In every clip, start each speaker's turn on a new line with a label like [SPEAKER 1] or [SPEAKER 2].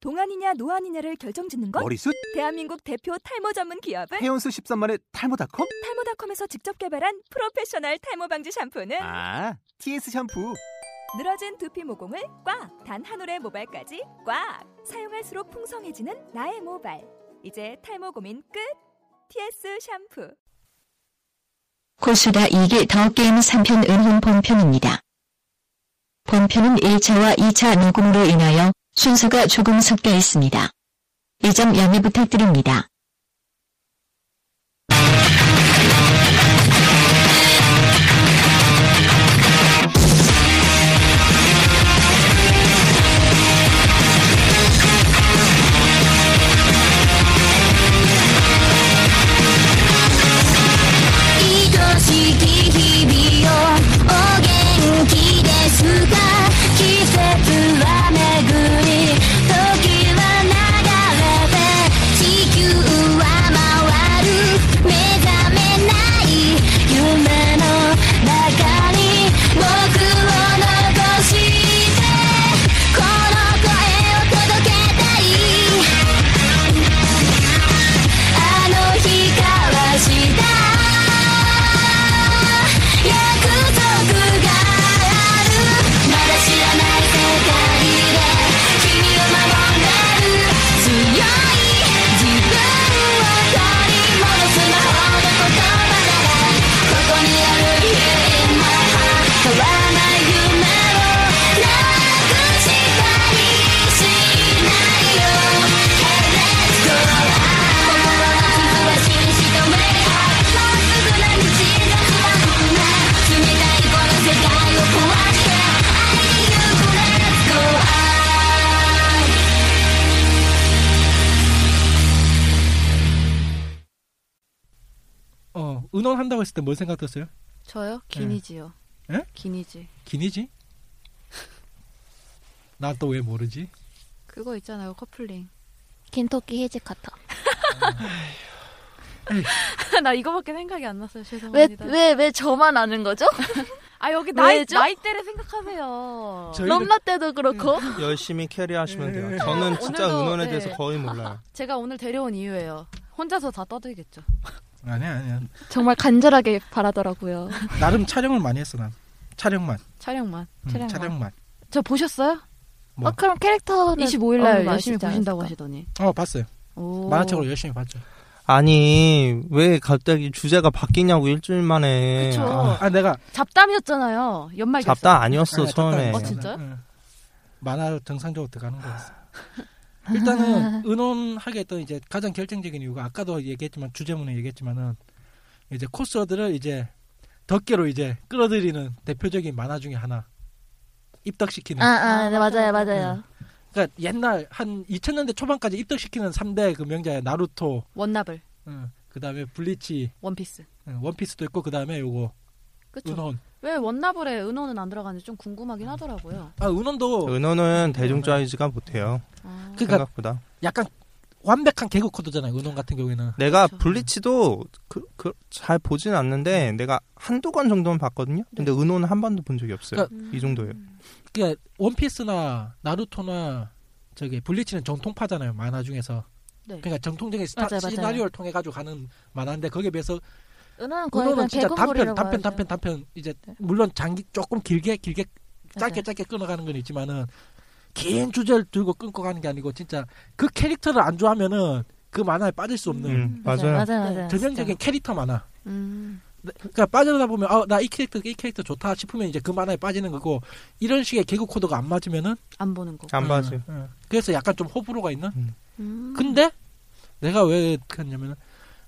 [SPEAKER 1] 동안이냐 노안이냐를 결정짓는 건
[SPEAKER 2] 머리숱?
[SPEAKER 3] 네.
[SPEAKER 1] 대한민국 대표 탈모 전문 기업은
[SPEAKER 2] 헤어스 13만의 탈모닷컴?
[SPEAKER 1] 탈모닷컴에서 직접 개발한 프로페셔널 탈모 방지 샴푸는
[SPEAKER 3] 네.
[SPEAKER 2] 아, TS 샴푸.
[SPEAKER 1] 늘어진 두피 모공을 꽉 단 한 올의 모발까지 꽉 사용할수록 풍성해지는 나의 모발 이제 탈모 고민 끝 TS 샴푸
[SPEAKER 4] 고수다 이게 더 게임 3편 음흠 본편입니다. 본편은 1차와 2차 녹음으로 인하여 순서가 조금 섞여 있습니다. 이 점 양해 부탁드립니다.
[SPEAKER 5] 愛しき日々をお元気ですか季節は巡り時は流れて地球は回る目覚めない夢の中に僕を残してこの声を届けたい「あの日交わした約束がある」「まだ知らない世界で君を守れる」「強い自分を取り戻す魔法の言葉なら」「ここにある Here in my heart」「変わない夢をなくしたりしないよ」「Let's go」「心は傷は真摯と目に入る」「もうすぐな日常はない」「君の笑顔が冷たいこの世界を壊して」「I need you let's go out」
[SPEAKER 6] 어, 은원 한다고 했을 때 뭘 생각했어요?
[SPEAKER 3] 저요? 기니지요.
[SPEAKER 6] 예?
[SPEAKER 3] 기니지.
[SPEAKER 6] 기니지? 난 또 왜 모르지?
[SPEAKER 3] 그거 있잖아요, 커플링.
[SPEAKER 7] 켄터키 해지카타.
[SPEAKER 3] 나 이거밖에 생각이 안 났어요. 죄송합니다.
[SPEAKER 7] 왜왜 왜 저만 아는 거죠?
[SPEAKER 3] 아 여기 나이
[SPEAKER 7] 왜죠?
[SPEAKER 3] 나이대를 생각하세요.
[SPEAKER 6] 저희는-
[SPEAKER 7] 럼나 때도 그렇고.
[SPEAKER 8] 음. 열심히 캐리하시면 돼요. 저는 진짜
[SPEAKER 3] 오늘도,
[SPEAKER 8] 은원에
[SPEAKER 3] 네.
[SPEAKER 8] 대해서 거의 몰라요.
[SPEAKER 3] 제가 오늘 데려온 이유예요. 혼자서 다 떠들겠죠.
[SPEAKER 6] 아니야, 아니야.
[SPEAKER 7] 정말 간절하게 바라더라고요.
[SPEAKER 6] 나름 촬영을 많이 했어, 난. 촬영만.
[SPEAKER 3] 촬영만.
[SPEAKER 6] 음,
[SPEAKER 3] 촬영만.
[SPEAKER 6] 촬영만.
[SPEAKER 3] 저 보셨어요?
[SPEAKER 6] 뭐.
[SPEAKER 7] 어, 그럼 캐릭터는
[SPEAKER 3] 25일 날
[SPEAKER 7] 어느 날
[SPEAKER 3] 열심히
[SPEAKER 7] 하시지
[SPEAKER 3] 보신다고
[SPEAKER 7] 않았을까?
[SPEAKER 3] 하시더니.
[SPEAKER 6] 어, 봤어요.
[SPEAKER 3] 오.
[SPEAKER 6] 만화책으로 열심히 봤죠.
[SPEAKER 8] 아니 왜 갑자기 주제가 바뀌냐고 일주일 만에
[SPEAKER 3] 그쵸.
[SPEAKER 8] 아,
[SPEAKER 6] 아, 내가.
[SPEAKER 3] 잡담이었잖아요. 연말 결산.
[SPEAKER 8] 잡담 아니었어
[SPEAKER 6] 아,
[SPEAKER 8] 처음에
[SPEAKER 6] 적당히
[SPEAKER 3] 어, 진짜요?
[SPEAKER 6] 응. 만화로 정상적으로 들어가는 거였어. 일단은 은혼하게 했던 이제 가장 결정적인 이유가 아까도 얘기했지만 주제문에 얘기했지만은 이제 코스어들을 이제 덕계로 이제 끌어들이는 대표적인 만화 중에 하나 입덕시키는
[SPEAKER 7] 아, 아, 네, 맞아요, 맞아요.
[SPEAKER 6] 그러니까 옛날 한 2000년대 초반까지 입덕시키는 3대 그 명작의 나루토
[SPEAKER 3] 원나블,
[SPEAKER 6] 응. 그다음에 블리치
[SPEAKER 3] 원피스.
[SPEAKER 6] 응, 원피스도 있고 그다음에 요거
[SPEAKER 3] 그쵸.
[SPEAKER 6] 은혼
[SPEAKER 3] 왜 원나블에 은호는 안 들어가는지 좀 궁금하긴 하더라고요.
[SPEAKER 6] 아 은혼도
[SPEAKER 8] 은원은 대중자이즈가 못해요
[SPEAKER 3] 아,
[SPEAKER 6] 그러니까
[SPEAKER 8] 그 생각보다
[SPEAKER 6] 약간 완벽한 개그 코드잖아요 은혼 같은 경우에는
[SPEAKER 8] 내가
[SPEAKER 3] 그쵸.
[SPEAKER 8] 블리치도 그, 그, 잘 보진 않는데 내가 한두 권 정도는 봤거든요 근데 은원은 한 번도 본 적이 없어요
[SPEAKER 6] 음,
[SPEAKER 8] 이 정도예요
[SPEAKER 7] 음,
[SPEAKER 6] 그러니까 원피스나 나루토나 저기 블리치는 정통파잖아요 만화 중에서
[SPEAKER 3] 네.
[SPEAKER 6] 그러니까 정통적인 스타
[SPEAKER 3] 맞아요, 맞아요.
[SPEAKER 6] 시나리오를 통해 가지고 가는 만화인데 거기에 비해서
[SPEAKER 7] 은하는 거의
[SPEAKER 6] 그거는
[SPEAKER 7] 그냥
[SPEAKER 6] 진짜 단편
[SPEAKER 7] 개그물이라고
[SPEAKER 6] 단편
[SPEAKER 7] 봐야죠.
[SPEAKER 6] 단편 단편 이제
[SPEAKER 7] 네.
[SPEAKER 6] 물론 장기 조금 길게 길게 짧게
[SPEAKER 3] 맞아요.
[SPEAKER 6] 짧게 끊어가는 건 있지만은 긴 주제를 들고 끊고 가는 게 아니고 진짜 그 캐릭터를 안 좋아하면은 그 만화에 빠질 수 없는
[SPEAKER 8] 음,
[SPEAKER 7] 맞아요,
[SPEAKER 8] 맞아요
[SPEAKER 7] 맞아요.
[SPEAKER 3] 네.
[SPEAKER 7] 맞아요.
[SPEAKER 6] 전형적인 캐릭터 만화
[SPEAKER 3] 음.
[SPEAKER 6] 그러니까 빠져다 보면 아 나 이 캐릭터 이 캐릭터 좋다 싶으면 이제 그 만화에 빠지는 거고 이런 식의 개그 코드가 안 맞으면은
[SPEAKER 3] 안 보는 거.
[SPEAKER 8] 안 봐줘요
[SPEAKER 6] 응, 응. 음. 그래서 약간 좀 호불호가 있는.
[SPEAKER 3] 음.
[SPEAKER 6] 근데 내가 왜 했냐면은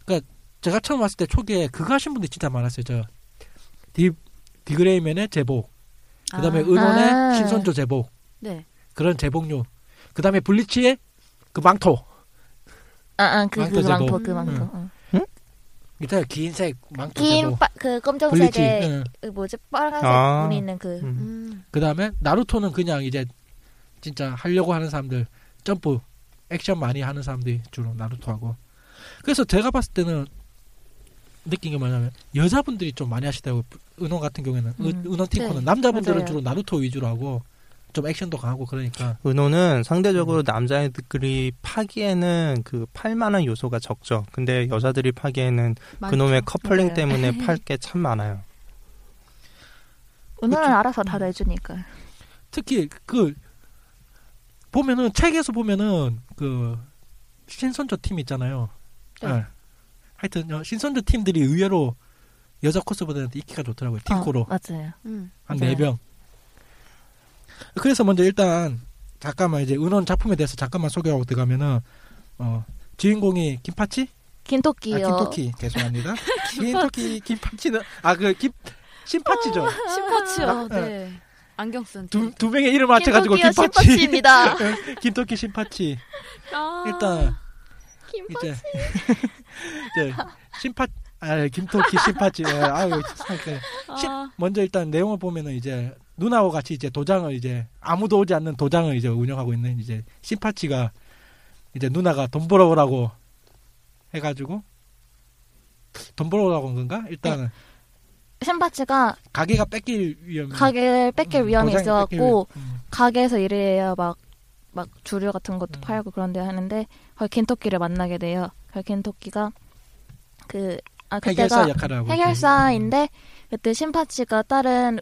[SPEAKER 6] 그러니까 제가 처음 왔을 때 초기에 그거 하신 분들이 진짜 많았어요. 저 디, 디그레이맨의 제복, 그다음에
[SPEAKER 3] 아,
[SPEAKER 6] 은혼의
[SPEAKER 7] 아.
[SPEAKER 6] 신선조 제복
[SPEAKER 3] 네.
[SPEAKER 6] 그런 제복류, 그다음에 블리치의 그 망토
[SPEAKER 7] 아, 아, 그, 그
[SPEAKER 6] 망토 제목.
[SPEAKER 7] 망토, 그 망토.
[SPEAKER 6] 음.
[SPEAKER 7] 응.
[SPEAKER 6] 있잖아요. 긴색 망토
[SPEAKER 7] 긴,
[SPEAKER 6] 제복.
[SPEAKER 7] 빠,
[SPEAKER 6] 블리치.
[SPEAKER 7] 그 검정색에
[SPEAKER 6] 응.
[SPEAKER 7] 그 뭐지 빨간색
[SPEAKER 8] 아.
[SPEAKER 7] 무늬 있는 그
[SPEAKER 8] 음.
[SPEAKER 3] 음.
[SPEAKER 6] 그다음에 나루토는 그냥 이제 진짜 하려고 하는 사람들 점프 액션 많이 하는 사람들이 주로 나루토 하고 그래서 제가 봤을 때는 느낀 게 뭐냐면 여자분들이 좀 많이 하시더라고 요 은원 같은 경우에는
[SPEAKER 7] 음.
[SPEAKER 6] 은원 팀코는
[SPEAKER 3] 네,
[SPEAKER 6] 남자분들은
[SPEAKER 3] 맞아요.
[SPEAKER 6] 주로 나루토 위주로 하고 좀 액션도 강하고 그러니까
[SPEAKER 8] 은호는 상대적으로 남자애들이 파기에는 그 팔만한 요소가 적죠. 근데 여자들이 파기에는 그놈의 커플링
[SPEAKER 7] 맞아요.
[SPEAKER 8] 때문에 팔 게 참 많아요.
[SPEAKER 7] 은호는
[SPEAKER 6] 그쵸.
[SPEAKER 7] 알아서 다 내주니까.
[SPEAKER 6] 특히 그 보면은 책에서 보면은 그 신선조 팀 있잖아요.
[SPEAKER 3] 네.
[SPEAKER 6] 예. 하여튼 어, 신선조 팀들이 의외로 여자 코스보다는 인기가 좋더라고요. 팀코로
[SPEAKER 7] 어, 맞아요.
[SPEAKER 3] 음.
[SPEAKER 6] 한
[SPEAKER 7] 네.
[SPEAKER 6] 네 병. 그래서 먼저 일단 잠깐만 이제 은원 작품에 대해서 잠깐만 소개하고 들어가면은 어 주인공이 김파치? 아
[SPEAKER 7] 긴토끼요.
[SPEAKER 6] 김토끼 죄송합니다. 김토끼 김파치는 아 그김 신파치죠.
[SPEAKER 3] 심파치요.
[SPEAKER 6] 아,
[SPEAKER 3] 네. 안경 쓴.
[SPEAKER 6] 두, 두 명의 이름 을 아, 맞춰가지고
[SPEAKER 7] 긴토끼요,
[SPEAKER 6] 김파치.
[SPEAKER 7] 신파치입니다.
[SPEAKER 6] 김토끼 신파치.
[SPEAKER 3] 아,
[SPEAKER 6] 일단 이제 이제 신파 아 김토끼 신파치. 예, 아유 상쾌. 신-
[SPEAKER 3] 아,
[SPEAKER 6] 먼저 일단 내용을 보면은 이제 누나와 같이 이제 도장을 이제 아무도 오지 않는 도장을 이제 운영하고 있는 이제 심파치가 이제 누나가 돈 벌어오라고 해가지고 돈 벌어오라고 한 건가? 일단은
[SPEAKER 7] 신파치가
[SPEAKER 6] 가게가 뺏길 위험이
[SPEAKER 7] 네. 가게를 뺏길
[SPEAKER 6] 음,
[SPEAKER 7] 위험이
[SPEAKER 6] 도장이
[SPEAKER 7] 있어갖고
[SPEAKER 6] 뺏길 위험. 음.
[SPEAKER 7] 가게에서 일을 해야 막, 막 주류 같은
[SPEAKER 6] 음.
[SPEAKER 7] 것도 팔고 그런데 하는데 거기 겐토끼를 만나게 돼요. 그 겐토끼가 그, 아,
[SPEAKER 6] 해결사
[SPEAKER 7] 그때가
[SPEAKER 6] 역할을 하고 음.
[SPEAKER 7] 해결사인데 그때 신파치가 다른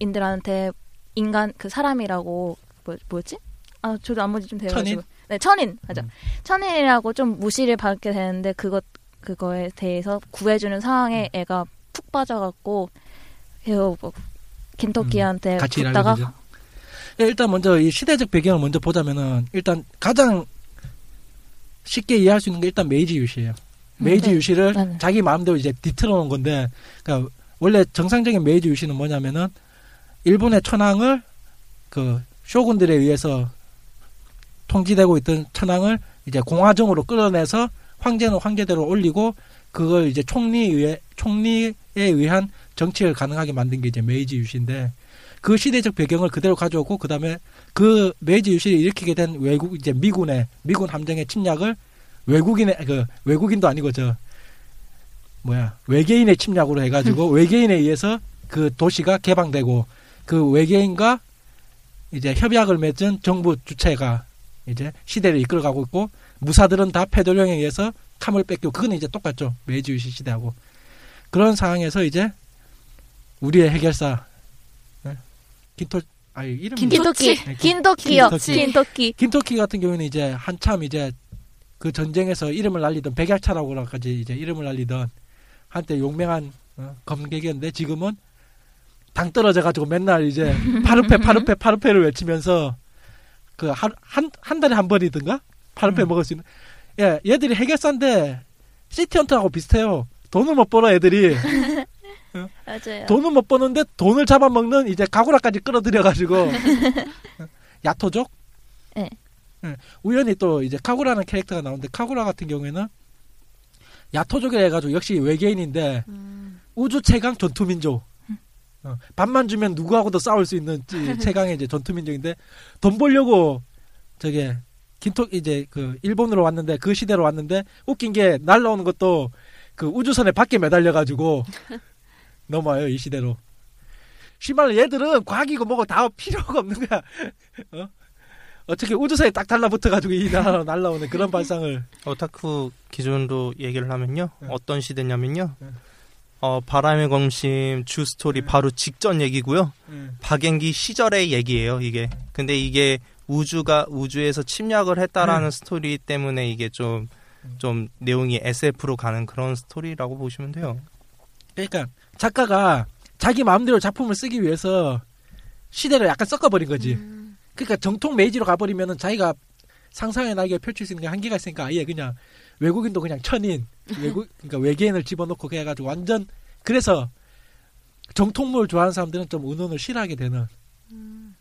[SPEAKER 7] 외계인들한테 인간 그 사람이라고 뭐, 뭐였지? 아 저도 안본지 좀 돼가지고
[SPEAKER 6] 천인?
[SPEAKER 7] 네 천인 맞아
[SPEAKER 6] 음.
[SPEAKER 7] 천인이라고 좀 무시를 받게 되는데 그것 그거에 대해서 구해주는 상황에
[SPEAKER 6] 음.
[SPEAKER 7] 애가 푹 빠져갖고 그래서 뭐 겐토끼한테
[SPEAKER 6] 같이 일하게
[SPEAKER 7] 붙다가
[SPEAKER 6] 되죠. 예, 일단 먼저 이 시대적 배경을 먼저 보자면은 일단 가장 쉽게 이해할 수 있는 게 일단 메이지 유시예요. 메이지
[SPEAKER 7] 네.
[SPEAKER 6] 유시를
[SPEAKER 7] 네, 네.
[SPEAKER 6] 자기 마음대로 이제 뒤틀어 놓은 건데, 그러니까 원래 정상적인 메이지 유시는 뭐냐면은 일본의 천황을 그 쇼군들에 의해서 통치되고 있던 천황을 이제 공화정으로 끌어내서 황제는 황제대로 올리고 그걸 이제 총리에 의해 총리에 의한 정치를 가능하게 만든 게 이제 메이지 유시인데 그 시대적 배경을 그대로 가져오고 그다음에 그 메이지 유시를 일으키게 된 외국 이제 미군의 미군 함정의 침략을 외국인의 그 외국인도 아니고 저 뭐야 외계인의 침략으로 해가지고 외계인에 의해서 그 도시가 개방되고 그 외계인과 이제 협약을 맺은 정부 주체가 이제 시대를 이끌어가고 있고 무사들은 다 패도령에 의해서 탐을 뺏기고 그건 이제 똑같죠 메이지 유시 시대하고 그런 상황에서 이제 우리의 해결사 네? 긴토 아 이름 네,
[SPEAKER 7] 긴토끼
[SPEAKER 6] 긴-
[SPEAKER 7] 긴토끼요
[SPEAKER 6] 긴토끼.
[SPEAKER 7] 긴토끼
[SPEAKER 6] 김토키 같은 경우는 에 이제 한참 이제 그 전쟁에서 이름을 날리던 백약차라고까지 이제 이름을 날리던 한때 용맹한 어, 검객이었는데 지금은 당 떨어져가지고 맨날 이제 파르페 파르페 파르페를 외치면서 그 한 한 달에 한 번이든가 파르페 먹을 수 있는 예 얘들이 해결사인데 시티헌터하고 비슷해요 돈을 못 벌어 애들이
[SPEAKER 7] 맞아요
[SPEAKER 6] 돈은 못 버는데 돈을 잡아먹는 이제 가구라까지 끌어들여가지고 야토족.
[SPEAKER 7] 네.
[SPEAKER 6] 예. 우연히 또 이제 카구라는 캐릭터가 나오는데 카구라 같은 경우에는 야토족이 해가지고 역시 외계인인데
[SPEAKER 3] 음.
[SPEAKER 6] 우주 최강 전투민족. 어, 밥만 주면 누구하고도 싸울 수 있는 찌- 최강의 이제 전투민족인데 돈 벌려고 저게 긴토 이제 그 일본으로 왔는데 그 시대로 왔는데 웃긴 게 날라오는 것도 그 우주선에 밖에 매달려 가지고 넘어요 이 시대로. 시발 얘들은 과학이고 뭐고 다 필요가 없는 거야. 어? 어떻게 우주선에 딱 달라붙어 가지고 이 나라로 날라오는 그런 발상을
[SPEAKER 8] 오타쿠 기준으로 얘기를 하면요.
[SPEAKER 6] 네.
[SPEAKER 8] 어떤 시대냐면요.
[SPEAKER 6] 네.
[SPEAKER 8] 어, 바람의 검심 주스토리
[SPEAKER 6] 네.
[SPEAKER 8] 바로 직전 얘기고요. 박연기 시절의 얘기예요, 이게. 근데 이게 우주가 우주에서 침략을 했다라는
[SPEAKER 6] 네.
[SPEAKER 8] 스토리 때문에 이게 좀 좀 내용이 SF로 가는 그런 스토리라고 보시면 돼요.
[SPEAKER 6] 그러니까 작가가 자기 마음대로 작품을 쓰기 위해서 시대를 약간 섞어버린 거지.
[SPEAKER 3] 음.
[SPEAKER 6] 그러니까 정통 메이지로 가버리면은 자기가 상상의 날개 펼칠 수 있는 게 한계가 있으니까 아예 그냥 외국인도 그냥 천인 외국 그러니까 외계인을 집어넣고 그래 가지고 완전 그래서 정통물 좋아하는 사람들은 좀 은혼을 싫어하게 되는
[SPEAKER 7] 음.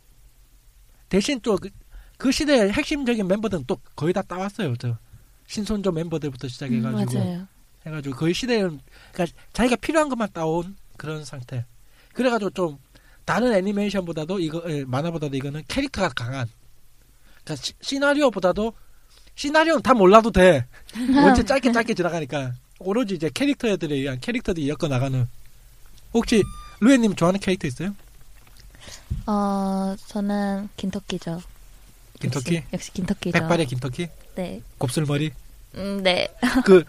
[SPEAKER 6] 대신 또 그 시대의 핵심적인 멤버들은 또 거의 다 따왔어요 저 신선조 멤버들부터 시작해가지고
[SPEAKER 7] 음, 맞아요
[SPEAKER 6] 해가지고 거의 시대는 그러니까 자기가 필요한 것만 따온 그런 상태. 그래가지고 좀 다른 애니메이션보다도 이거 에, 만화보다도 이거는 캐릭터가 강한. 그러니까 시, 나리오보다도 시나리오는 다 몰라도 돼. 원체 짧게 짧게 지나가니까 오로지 이제 캐릭터들에 의한 캐릭터들이 엮어 나가는. 혹시 루에님 좋아하는 캐릭터 있어요?
[SPEAKER 7] 어, 저는 긴터키죠.
[SPEAKER 6] 긴터키?
[SPEAKER 7] 역시, 역시 긴터키죠.
[SPEAKER 6] 백발의 긴터키?
[SPEAKER 7] 네.
[SPEAKER 6] 곱슬머리?
[SPEAKER 7] 음, 네.
[SPEAKER 6] 그,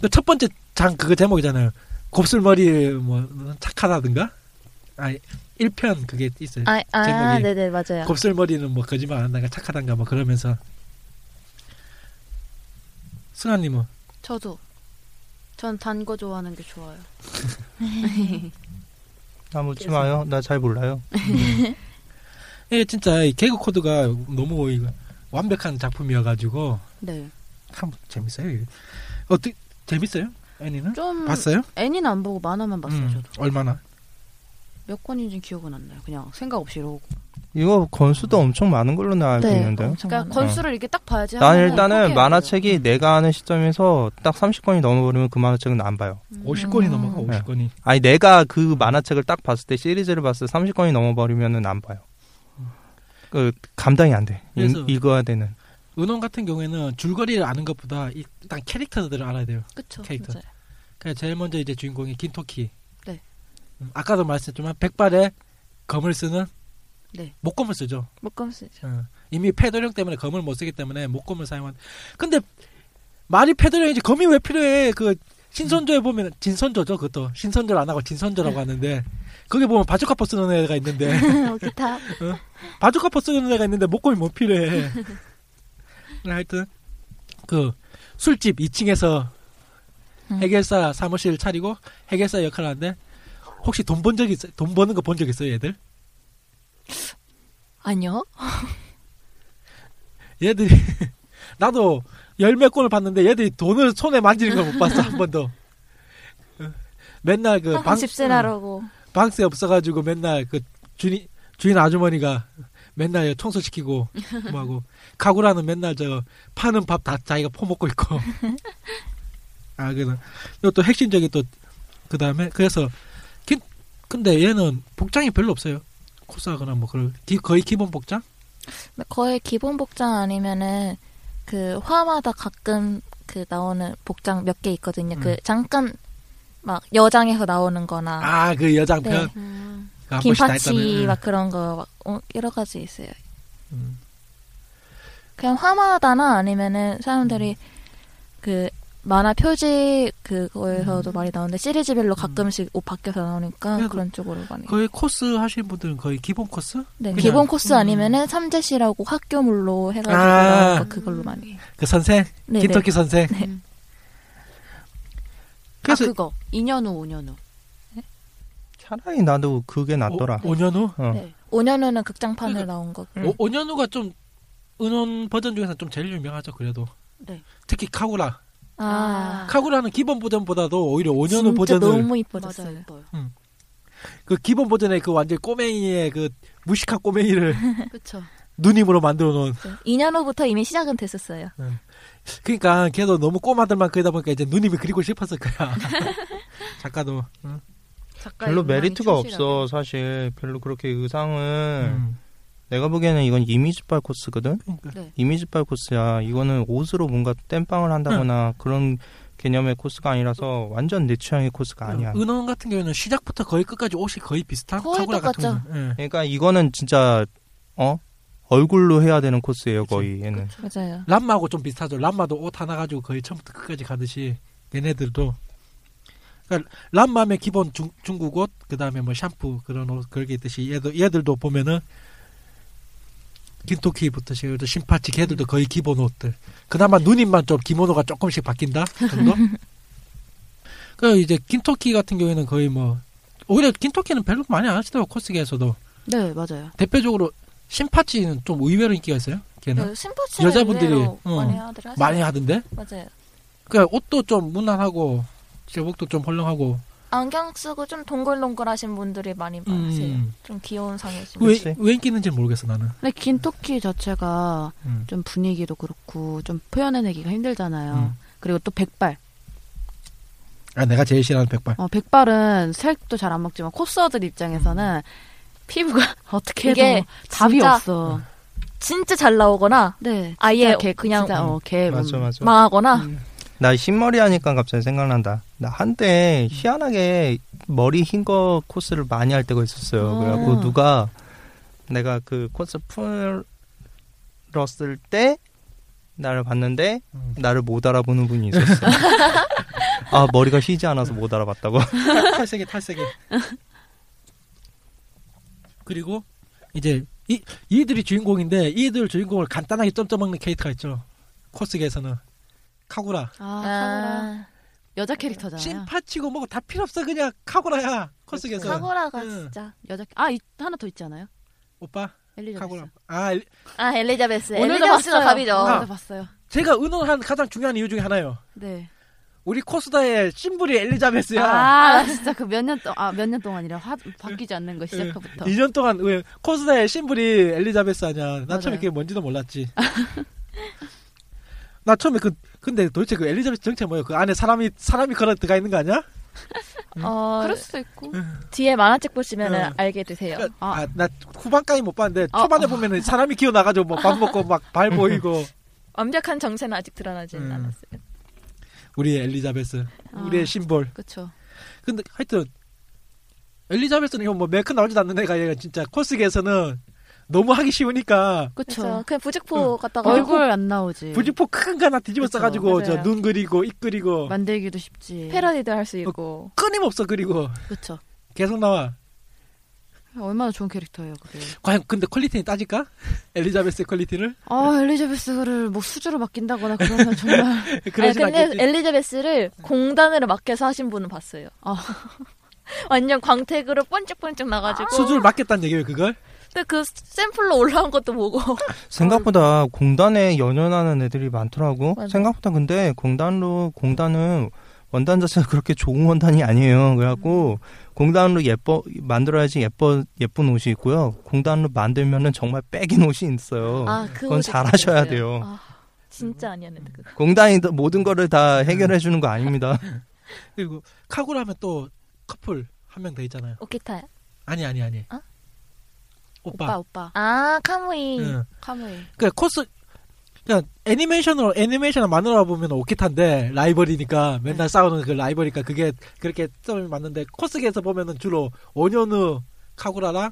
[SPEAKER 6] 그첫 번째 장 그거 제목이잖아요. 곱슬머리 뭐 착하다든가? 아니 1편 그게 있어요.
[SPEAKER 7] 아, 아,
[SPEAKER 6] 제목이
[SPEAKER 7] 네네, 맞아요.
[SPEAKER 6] 곱슬머리는 뭐 거짓말 안 한다가 착하단가 뭐 그러면서 승아님은
[SPEAKER 3] 저도. 전 단 거 좋아하는 게 좋아요.
[SPEAKER 8] 나 묻지 마요. 나 잘 몰라요.
[SPEAKER 6] 이게 예, 진짜 이 개그 코드가 너무 이거 완벽한 작품이어가지고
[SPEAKER 3] 네.
[SPEAKER 6] 참 재밌어요. 이게. 어떻게 재밌어요? 애니는
[SPEAKER 3] 좀
[SPEAKER 6] 봤어요?
[SPEAKER 3] 애니는 안 보고 만화만 봤어요.
[SPEAKER 6] 음,
[SPEAKER 3] 저도
[SPEAKER 6] 얼마나?
[SPEAKER 3] 몇 권인지 기억은 안 나요. 그냥 생각 없이 이러고.
[SPEAKER 8] 이거 건수도 엄청 많은 걸로 나 알고
[SPEAKER 7] 네,
[SPEAKER 8] 있는데요.
[SPEAKER 7] 엄청
[SPEAKER 3] 그러니까
[SPEAKER 7] 많아요.
[SPEAKER 3] 건수를 이렇게 딱 봐야지.
[SPEAKER 8] 난
[SPEAKER 3] 하면은
[SPEAKER 8] 일단은
[SPEAKER 3] 포기해요.
[SPEAKER 8] 만화책이
[SPEAKER 7] 네.
[SPEAKER 8] 내가 아는 시점에서 딱 30권이 넘어버리면 그 만화책은 안 봐요.
[SPEAKER 3] 음.
[SPEAKER 6] 50권이 넘어가 50권이.
[SPEAKER 8] 아니 내가 그 만화책을 딱 봤을 때 시리즈를 봤을 때 30권이 넘어버리면은 안 봐요. 그 감당이 안 돼. 읽-
[SPEAKER 6] 그래서-
[SPEAKER 8] 읽어야 되는.
[SPEAKER 6] 은원 같은 경우에는 줄거리를 아는 것보다 일단 캐릭터들을 알아야 돼요.
[SPEAKER 3] 그쵸.
[SPEAKER 6] 캐릭터.
[SPEAKER 3] 맞아요.
[SPEAKER 6] 그러니까 제일 먼저 이제 주인공이 긴토키.
[SPEAKER 3] 네.
[SPEAKER 6] 음, 아까도 말씀했지만 백발에 검을 쓰는
[SPEAKER 3] 네.
[SPEAKER 6] 목검을 쓰죠.
[SPEAKER 7] 묶음 쓰죠.
[SPEAKER 6] 어. 이미 패도령 때문에 검을 못 쓰기 때문에 목검을 사용한. 근데 말이 패도령이지 검이 왜 필요해? 그 신선조에 보면 진선조죠. 그것도 신선조를 안 하고 진선조라고 하는데 거기 보면 바주카포 쓰는 애가 있는데
[SPEAKER 7] 어, 기타.
[SPEAKER 6] 바주카포 쓰는 애가 있는데 목검이 뭐 필요해. 네, 하여튼 그 술집 2층에서
[SPEAKER 7] 음.
[SPEAKER 6] 해결사 사무실 차리고 해결사 역할을 하는데 혹시 돈 번 적 있어? 돈 버는 거 본 적 있어요, 얘들?
[SPEAKER 7] 아니요.
[SPEAKER 6] 얘들이 나도 열몇 권을 봤는데 얘들이 돈을 손에 만지는 걸 못 봤어 한 번도. 어, 맨날 그
[SPEAKER 7] 항상
[SPEAKER 6] 방, 음.
[SPEAKER 7] 집세나라고.
[SPEAKER 6] 응, 방세 없어가지고 맨날 그 주인 주인 아주머니가 맨날 청소 시키고 뭐하고 카구라는 맨날 저 파는 밥 다 자기가 퍼먹고 있고. 아 그는 또 핵심적인 또그 다음에 그래서 긴- 근데 얘는 복장이 별로 없어요. 코스하거나 뭐 그런 기- 거의 기본 복장.
[SPEAKER 7] 거의 기본 복장 아니면은 그 화마다 가끔 그 나오는 복장 몇 개 있거든요.
[SPEAKER 6] 음.
[SPEAKER 7] 그 잠깐 막 여장에서 나오는 거나
[SPEAKER 6] 아 그 여장편.
[SPEAKER 7] 네.
[SPEAKER 3] 음.
[SPEAKER 6] 한 번씩 다
[SPEAKER 7] 긴파치
[SPEAKER 6] 아, 뭐 했다는,
[SPEAKER 7] 막 그런 거 막 어, 여러 가지 있어요.
[SPEAKER 6] 음.
[SPEAKER 7] 그냥 화마다나 아니면은 사람들이
[SPEAKER 6] 음.
[SPEAKER 7] 그 만화 표지 그거에서도 많이 나오는데 시리즈별로 가끔씩 옷 바뀌어서 나오니까
[SPEAKER 6] 음. 그래도
[SPEAKER 7] 그런 쪽으로 많이.
[SPEAKER 6] 거의 코스 하시는 분들은 거의 기본 코스?
[SPEAKER 7] 네,
[SPEAKER 6] 그냥-
[SPEAKER 7] 기본 코스
[SPEAKER 6] 음.
[SPEAKER 7] 아니면은 삼재시라고 학교물로 해가지고
[SPEAKER 6] 아.
[SPEAKER 7] 나오는 거 그걸로 많이.
[SPEAKER 6] 그 선생?
[SPEAKER 7] 네, 네.
[SPEAKER 6] 긴터키 선생?
[SPEAKER 3] 음.
[SPEAKER 6] 그래서
[SPEAKER 3] 아 그거 2년 후 5년 후.
[SPEAKER 8] 차라리 나도 그게 낫더라.
[SPEAKER 6] 오, 5년 후?
[SPEAKER 8] 어.
[SPEAKER 3] 네.
[SPEAKER 7] 5년 후는 극장판으로
[SPEAKER 6] 그러니까-
[SPEAKER 7] 나온 거.
[SPEAKER 6] 오, 5년 후가 좀 은혼 버전 중에서 좀 제일 유명하죠 그래도
[SPEAKER 3] 네.
[SPEAKER 6] 특히 카구라
[SPEAKER 7] 아,
[SPEAKER 6] 카구라는 기본 버전보다도 오히려 5년 후
[SPEAKER 7] 진짜
[SPEAKER 6] 버전을
[SPEAKER 7] 너무
[SPEAKER 3] 맞아요.
[SPEAKER 7] 이뻐졌어요.
[SPEAKER 3] 예뻐요.
[SPEAKER 6] 그 기본 버전의 그 완전 꼬맹이의 그 무식한 꼬맹이를
[SPEAKER 3] 그쵸.
[SPEAKER 6] 누님으로 만들어 놓은
[SPEAKER 7] 2년 후부터 네. 이미 시작은 됐었어요.
[SPEAKER 6] 그러니까 걔도 너무 꼬마들만 그리다 보니까 이제 누님이 그리고 싶었을 거야 작가도 응?
[SPEAKER 3] 작가의 그러니까
[SPEAKER 8] 별로
[SPEAKER 3] 로망이
[SPEAKER 8] 메리트가
[SPEAKER 3] 충실하게.
[SPEAKER 8] 없어 사실. 별로 그렇게 의상은
[SPEAKER 6] 음.
[SPEAKER 8] 내가 보기에는 이건 이미지빨 코스거든.
[SPEAKER 6] 그러니까.
[SPEAKER 3] 네.
[SPEAKER 8] 이미지빨 코스야. 이거는 옷으로 뭔가 땜빵을 한다거나 그런 개념의 코스가 아니라서 완전 내 취향의 코스가 아니야.
[SPEAKER 6] 은혼 같은 경우에는 시작부터 거의 끝까지 옷이 거의 비슷한
[SPEAKER 7] 거의
[SPEAKER 6] 카구라 같은
[SPEAKER 7] 똑같죠.
[SPEAKER 6] 경우는. 예.
[SPEAKER 8] 그러니까 이거는 진짜 어 얼굴로 해야 되는 코스예요 거의 얘는.
[SPEAKER 7] 맞아요.
[SPEAKER 6] 람마하고 좀 비슷하죠. 람마도 옷 하나 가지고 거의 처음부터 끝까지 가듯이 얘네들도 그러니까 람마의 기본 중, 중국 옷 그다음에 뭐 샴푸 그런 옷 그런 게 있듯이 얘도 얘들도 보면은 긴토키부터 시작해서 신파치 걔들도 거의 기본 옷들. 그나마 누님만 좀 기모노가 조금씩 바뀐다 정도. 그 이제 긴토키 같은 경우에는 거의 뭐 오히려 긴토키는 별로 많이 안 하시더라고 코스계에서도
[SPEAKER 3] 네 맞아요.
[SPEAKER 6] 대표적으로 신파치는 좀 의외로 인기가 있어요.
[SPEAKER 7] 네.
[SPEAKER 6] 걔는
[SPEAKER 7] 그 심포츠
[SPEAKER 6] 여자분들이, 어,
[SPEAKER 7] 많이 하더라.
[SPEAKER 6] 많이 하던데.
[SPEAKER 7] 맞아요.
[SPEAKER 6] 그러니까 옷도 좀 무난하고 제복도 좀 헐렁하고
[SPEAKER 7] 안경 쓰고 좀 동글동글하신 분들이 많이 많으세요.
[SPEAKER 6] 음.
[SPEAKER 7] 좀 귀여운 상이신.
[SPEAKER 6] 왜,
[SPEAKER 8] 그치.
[SPEAKER 6] 왜 인기 있는지 모르겠어 나는
[SPEAKER 3] 근데 긴토키 자체가
[SPEAKER 6] 음.
[SPEAKER 3] 좀 분위기도 그렇고 좀 표현해내기가 힘들잖아요.
[SPEAKER 6] 음.
[SPEAKER 3] 그리고 또 백발.
[SPEAKER 6] 아 내가 제일 싫어하는 백발
[SPEAKER 3] 어, 백발은 색도 잘 안 먹지만 코스어들 입장에서는
[SPEAKER 6] 음.
[SPEAKER 3] 피부가 어떻게 해도
[SPEAKER 7] 이게
[SPEAKER 3] 답이
[SPEAKER 7] 진짜-
[SPEAKER 3] 없어.
[SPEAKER 7] 진짜 잘 나오거나
[SPEAKER 3] 네.
[SPEAKER 7] 아예
[SPEAKER 3] 진짜 개,
[SPEAKER 7] 그냥
[SPEAKER 3] 진짜, 어, 개
[SPEAKER 8] 맞아
[SPEAKER 3] 몸.
[SPEAKER 8] 맞아.
[SPEAKER 7] 망하거나
[SPEAKER 3] 음.
[SPEAKER 8] 나 흰머리 하니까 갑자기 생각난다. 나 한때 희한하게 머리 흰 거 코스를 많이 할 때가 있었어요.
[SPEAKER 3] 아.
[SPEAKER 8] 그래갖고 누가 내가 그 코스 풀었을 때 나를 봤는데
[SPEAKER 6] 음.
[SPEAKER 8] 나를 못 알아보는 분이 있었어. 아 머리가 휘지 않아서 못 알아봤다고.
[SPEAKER 6] 탈색에 탈색에. 그리고 이제 이 이들이 주인공인데 이들 주인공을 간단하게 점점먹는 캐릭터가 있죠. 코스계에서는 카구라.
[SPEAKER 3] 아, 카고라.
[SPEAKER 7] 아,
[SPEAKER 3] 여자 캐릭터잖아요.
[SPEAKER 6] 신파치고 뭐고 다 필요 없어 그냥 카구라야 코스계에서.
[SPEAKER 7] 카고라가
[SPEAKER 6] 응.
[SPEAKER 7] 진짜.
[SPEAKER 3] 여자 아 이, 하나 더 있잖아요.
[SPEAKER 6] 오빠
[SPEAKER 3] 엘리자베스.
[SPEAKER 6] 카구라. 아 엘-
[SPEAKER 5] 아 엘리자베스.
[SPEAKER 3] 오늘도
[SPEAKER 5] 엘리자베스가
[SPEAKER 3] 봤어요.
[SPEAKER 5] 갑이죠.
[SPEAKER 6] 아.
[SPEAKER 3] 오늘도 봤어요.
[SPEAKER 6] 제가 의논한 가장 중요한 이유 중에 하나예요.
[SPEAKER 3] 네.
[SPEAKER 6] 우리 코스다의 심부리 엘리자베스야.
[SPEAKER 3] 아, 나 진짜 그 몇 년 동안 아몇 년 동안이라 화 바뀌지 않는
[SPEAKER 6] 네.
[SPEAKER 3] 거 시작부터.
[SPEAKER 6] 2년 동안 왜 코스다의 심부리 엘리자베스 아냐. 나 처음에
[SPEAKER 3] 맞아요.
[SPEAKER 6] 그게 뭔지도 몰랐지. 나 처음에 그 근데 도대체 그 엘리자베스 정체 뭐예요? 그 안에 사람이 사람이 걸어 들어가 있는 거 아니야?
[SPEAKER 3] 음.
[SPEAKER 7] 어,
[SPEAKER 3] 그럴 수도 있고.
[SPEAKER 7] 뒤에 만화책 보시면은
[SPEAKER 3] 음.
[SPEAKER 6] 응.
[SPEAKER 7] 알게 되세요.
[SPEAKER 6] 그러니까
[SPEAKER 3] 아.
[SPEAKER 6] 아, 나 후반까지 못 봤는데
[SPEAKER 3] 어,
[SPEAKER 6] 초반에
[SPEAKER 3] 어.
[SPEAKER 6] 보면은 사람이 기어 나가지고 뭐밥 먹고 막 발 보이고
[SPEAKER 7] 완벽한 정체는 아직 드러나진
[SPEAKER 6] 음.
[SPEAKER 7] 않았어요.
[SPEAKER 6] 우리의 엘리자베스, 우리의
[SPEAKER 3] 아.
[SPEAKER 6] 심볼.
[SPEAKER 3] 그렇죠.
[SPEAKER 6] 근데 하여튼 엘리자베스는 이거 뭐 매크 나오지도 않는 애가 얘가 진짜 코스계에서는 너무 하기 쉬우니까
[SPEAKER 7] 그래서
[SPEAKER 3] 그렇죠.
[SPEAKER 7] 그냥 부직포 갔다가
[SPEAKER 3] 얼굴 안 나오지.
[SPEAKER 6] 부지포 큰 거 하나 뒤집어
[SPEAKER 3] 네. 그쵸,
[SPEAKER 6] 써가지고
[SPEAKER 7] 맞아요.
[SPEAKER 6] 저 눈 그리고 입 그리고
[SPEAKER 3] 만들기도 쉽지.
[SPEAKER 7] 패러디도 할 수 있고.
[SPEAKER 6] 끊임없어 그리고
[SPEAKER 3] 그렇죠.
[SPEAKER 6] 계속 나와.
[SPEAKER 3] 얼마나 좋은 캐릭터예요, 그게.
[SPEAKER 6] 과연 근데 퀄리티는 따질까? 엘리자베스의 퀄리티를?
[SPEAKER 3] 아, 엘리자베스를 뭐 수주로 맡긴다거나 그러면 정말
[SPEAKER 7] 아니,
[SPEAKER 6] 그러진
[SPEAKER 7] 근데
[SPEAKER 6] 않겠지.
[SPEAKER 7] 엘리자베스를
[SPEAKER 6] 네.
[SPEAKER 7] 공단으로 맡겨서 하신 분은 봤어요.
[SPEAKER 3] 아.
[SPEAKER 7] 완전 광택으로 번쩍번쩍 나가지고.
[SPEAKER 6] 수주를 맡겠다는 얘기예요 그걸?
[SPEAKER 7] 근데 그 샘플로 올라온 것도 보고.
[SPEAKER 6] 어.
[SPEAKER 8] 생각보다 공단에 연연하는 애들이 많더라고.
[SPEAKER 7] 맞아.
[SPEAKER 8] 생각보다 근데 공단로 공단은 원단 자체가 그렇게 좋은 원단이 아니에요. 그래갖고 공단으로 예뻐 만들어야지 예뻐 예쁜 옷이 있고요. 공단으로 만들면은 정말 빼긴 옷이 있어요.
[SPEAKER 7] 아, 그
[SPEAKER 8] 그건
[SPEAKER 7] 옷이
[SPEAKER 8] 잘하셔야
[SPEAKER 7] 진짜였어요.
[SPEAKER 8] 돼요.
[SPEAKER 7] 아, 진짜 아니었는데 그거.
[SPEAKER 8] 공단이 더 모든 거를 다 해결해 주는 거 아닙니다.
[SPEAKER 6] 그리고 카구라 하면 또 커플 한 명 더 있잖아요.
[SPEAKER 7] 오키타.
[SPEAKER 6] 아니 아니 아니.
[SPEAKER 7] 어?
[SPEAKER 6] 오빠.
[SPEAKER 3] 오빠 오빠
[SPEAKER 5] 아 카무이.
[SPEAKER 6] 응.
[SPEAKER 3] 카모이.
[SPEAKER 6] 그 코스 그냥 애니메이션으로 애니메이션을 만들어 보면 오키타인데 라이벌이니까 맨날 싸우는 그 라이벌이니까 그게 그렇게 점이 맞는데 코스계에서 보면은 주로 오년우 카구라랑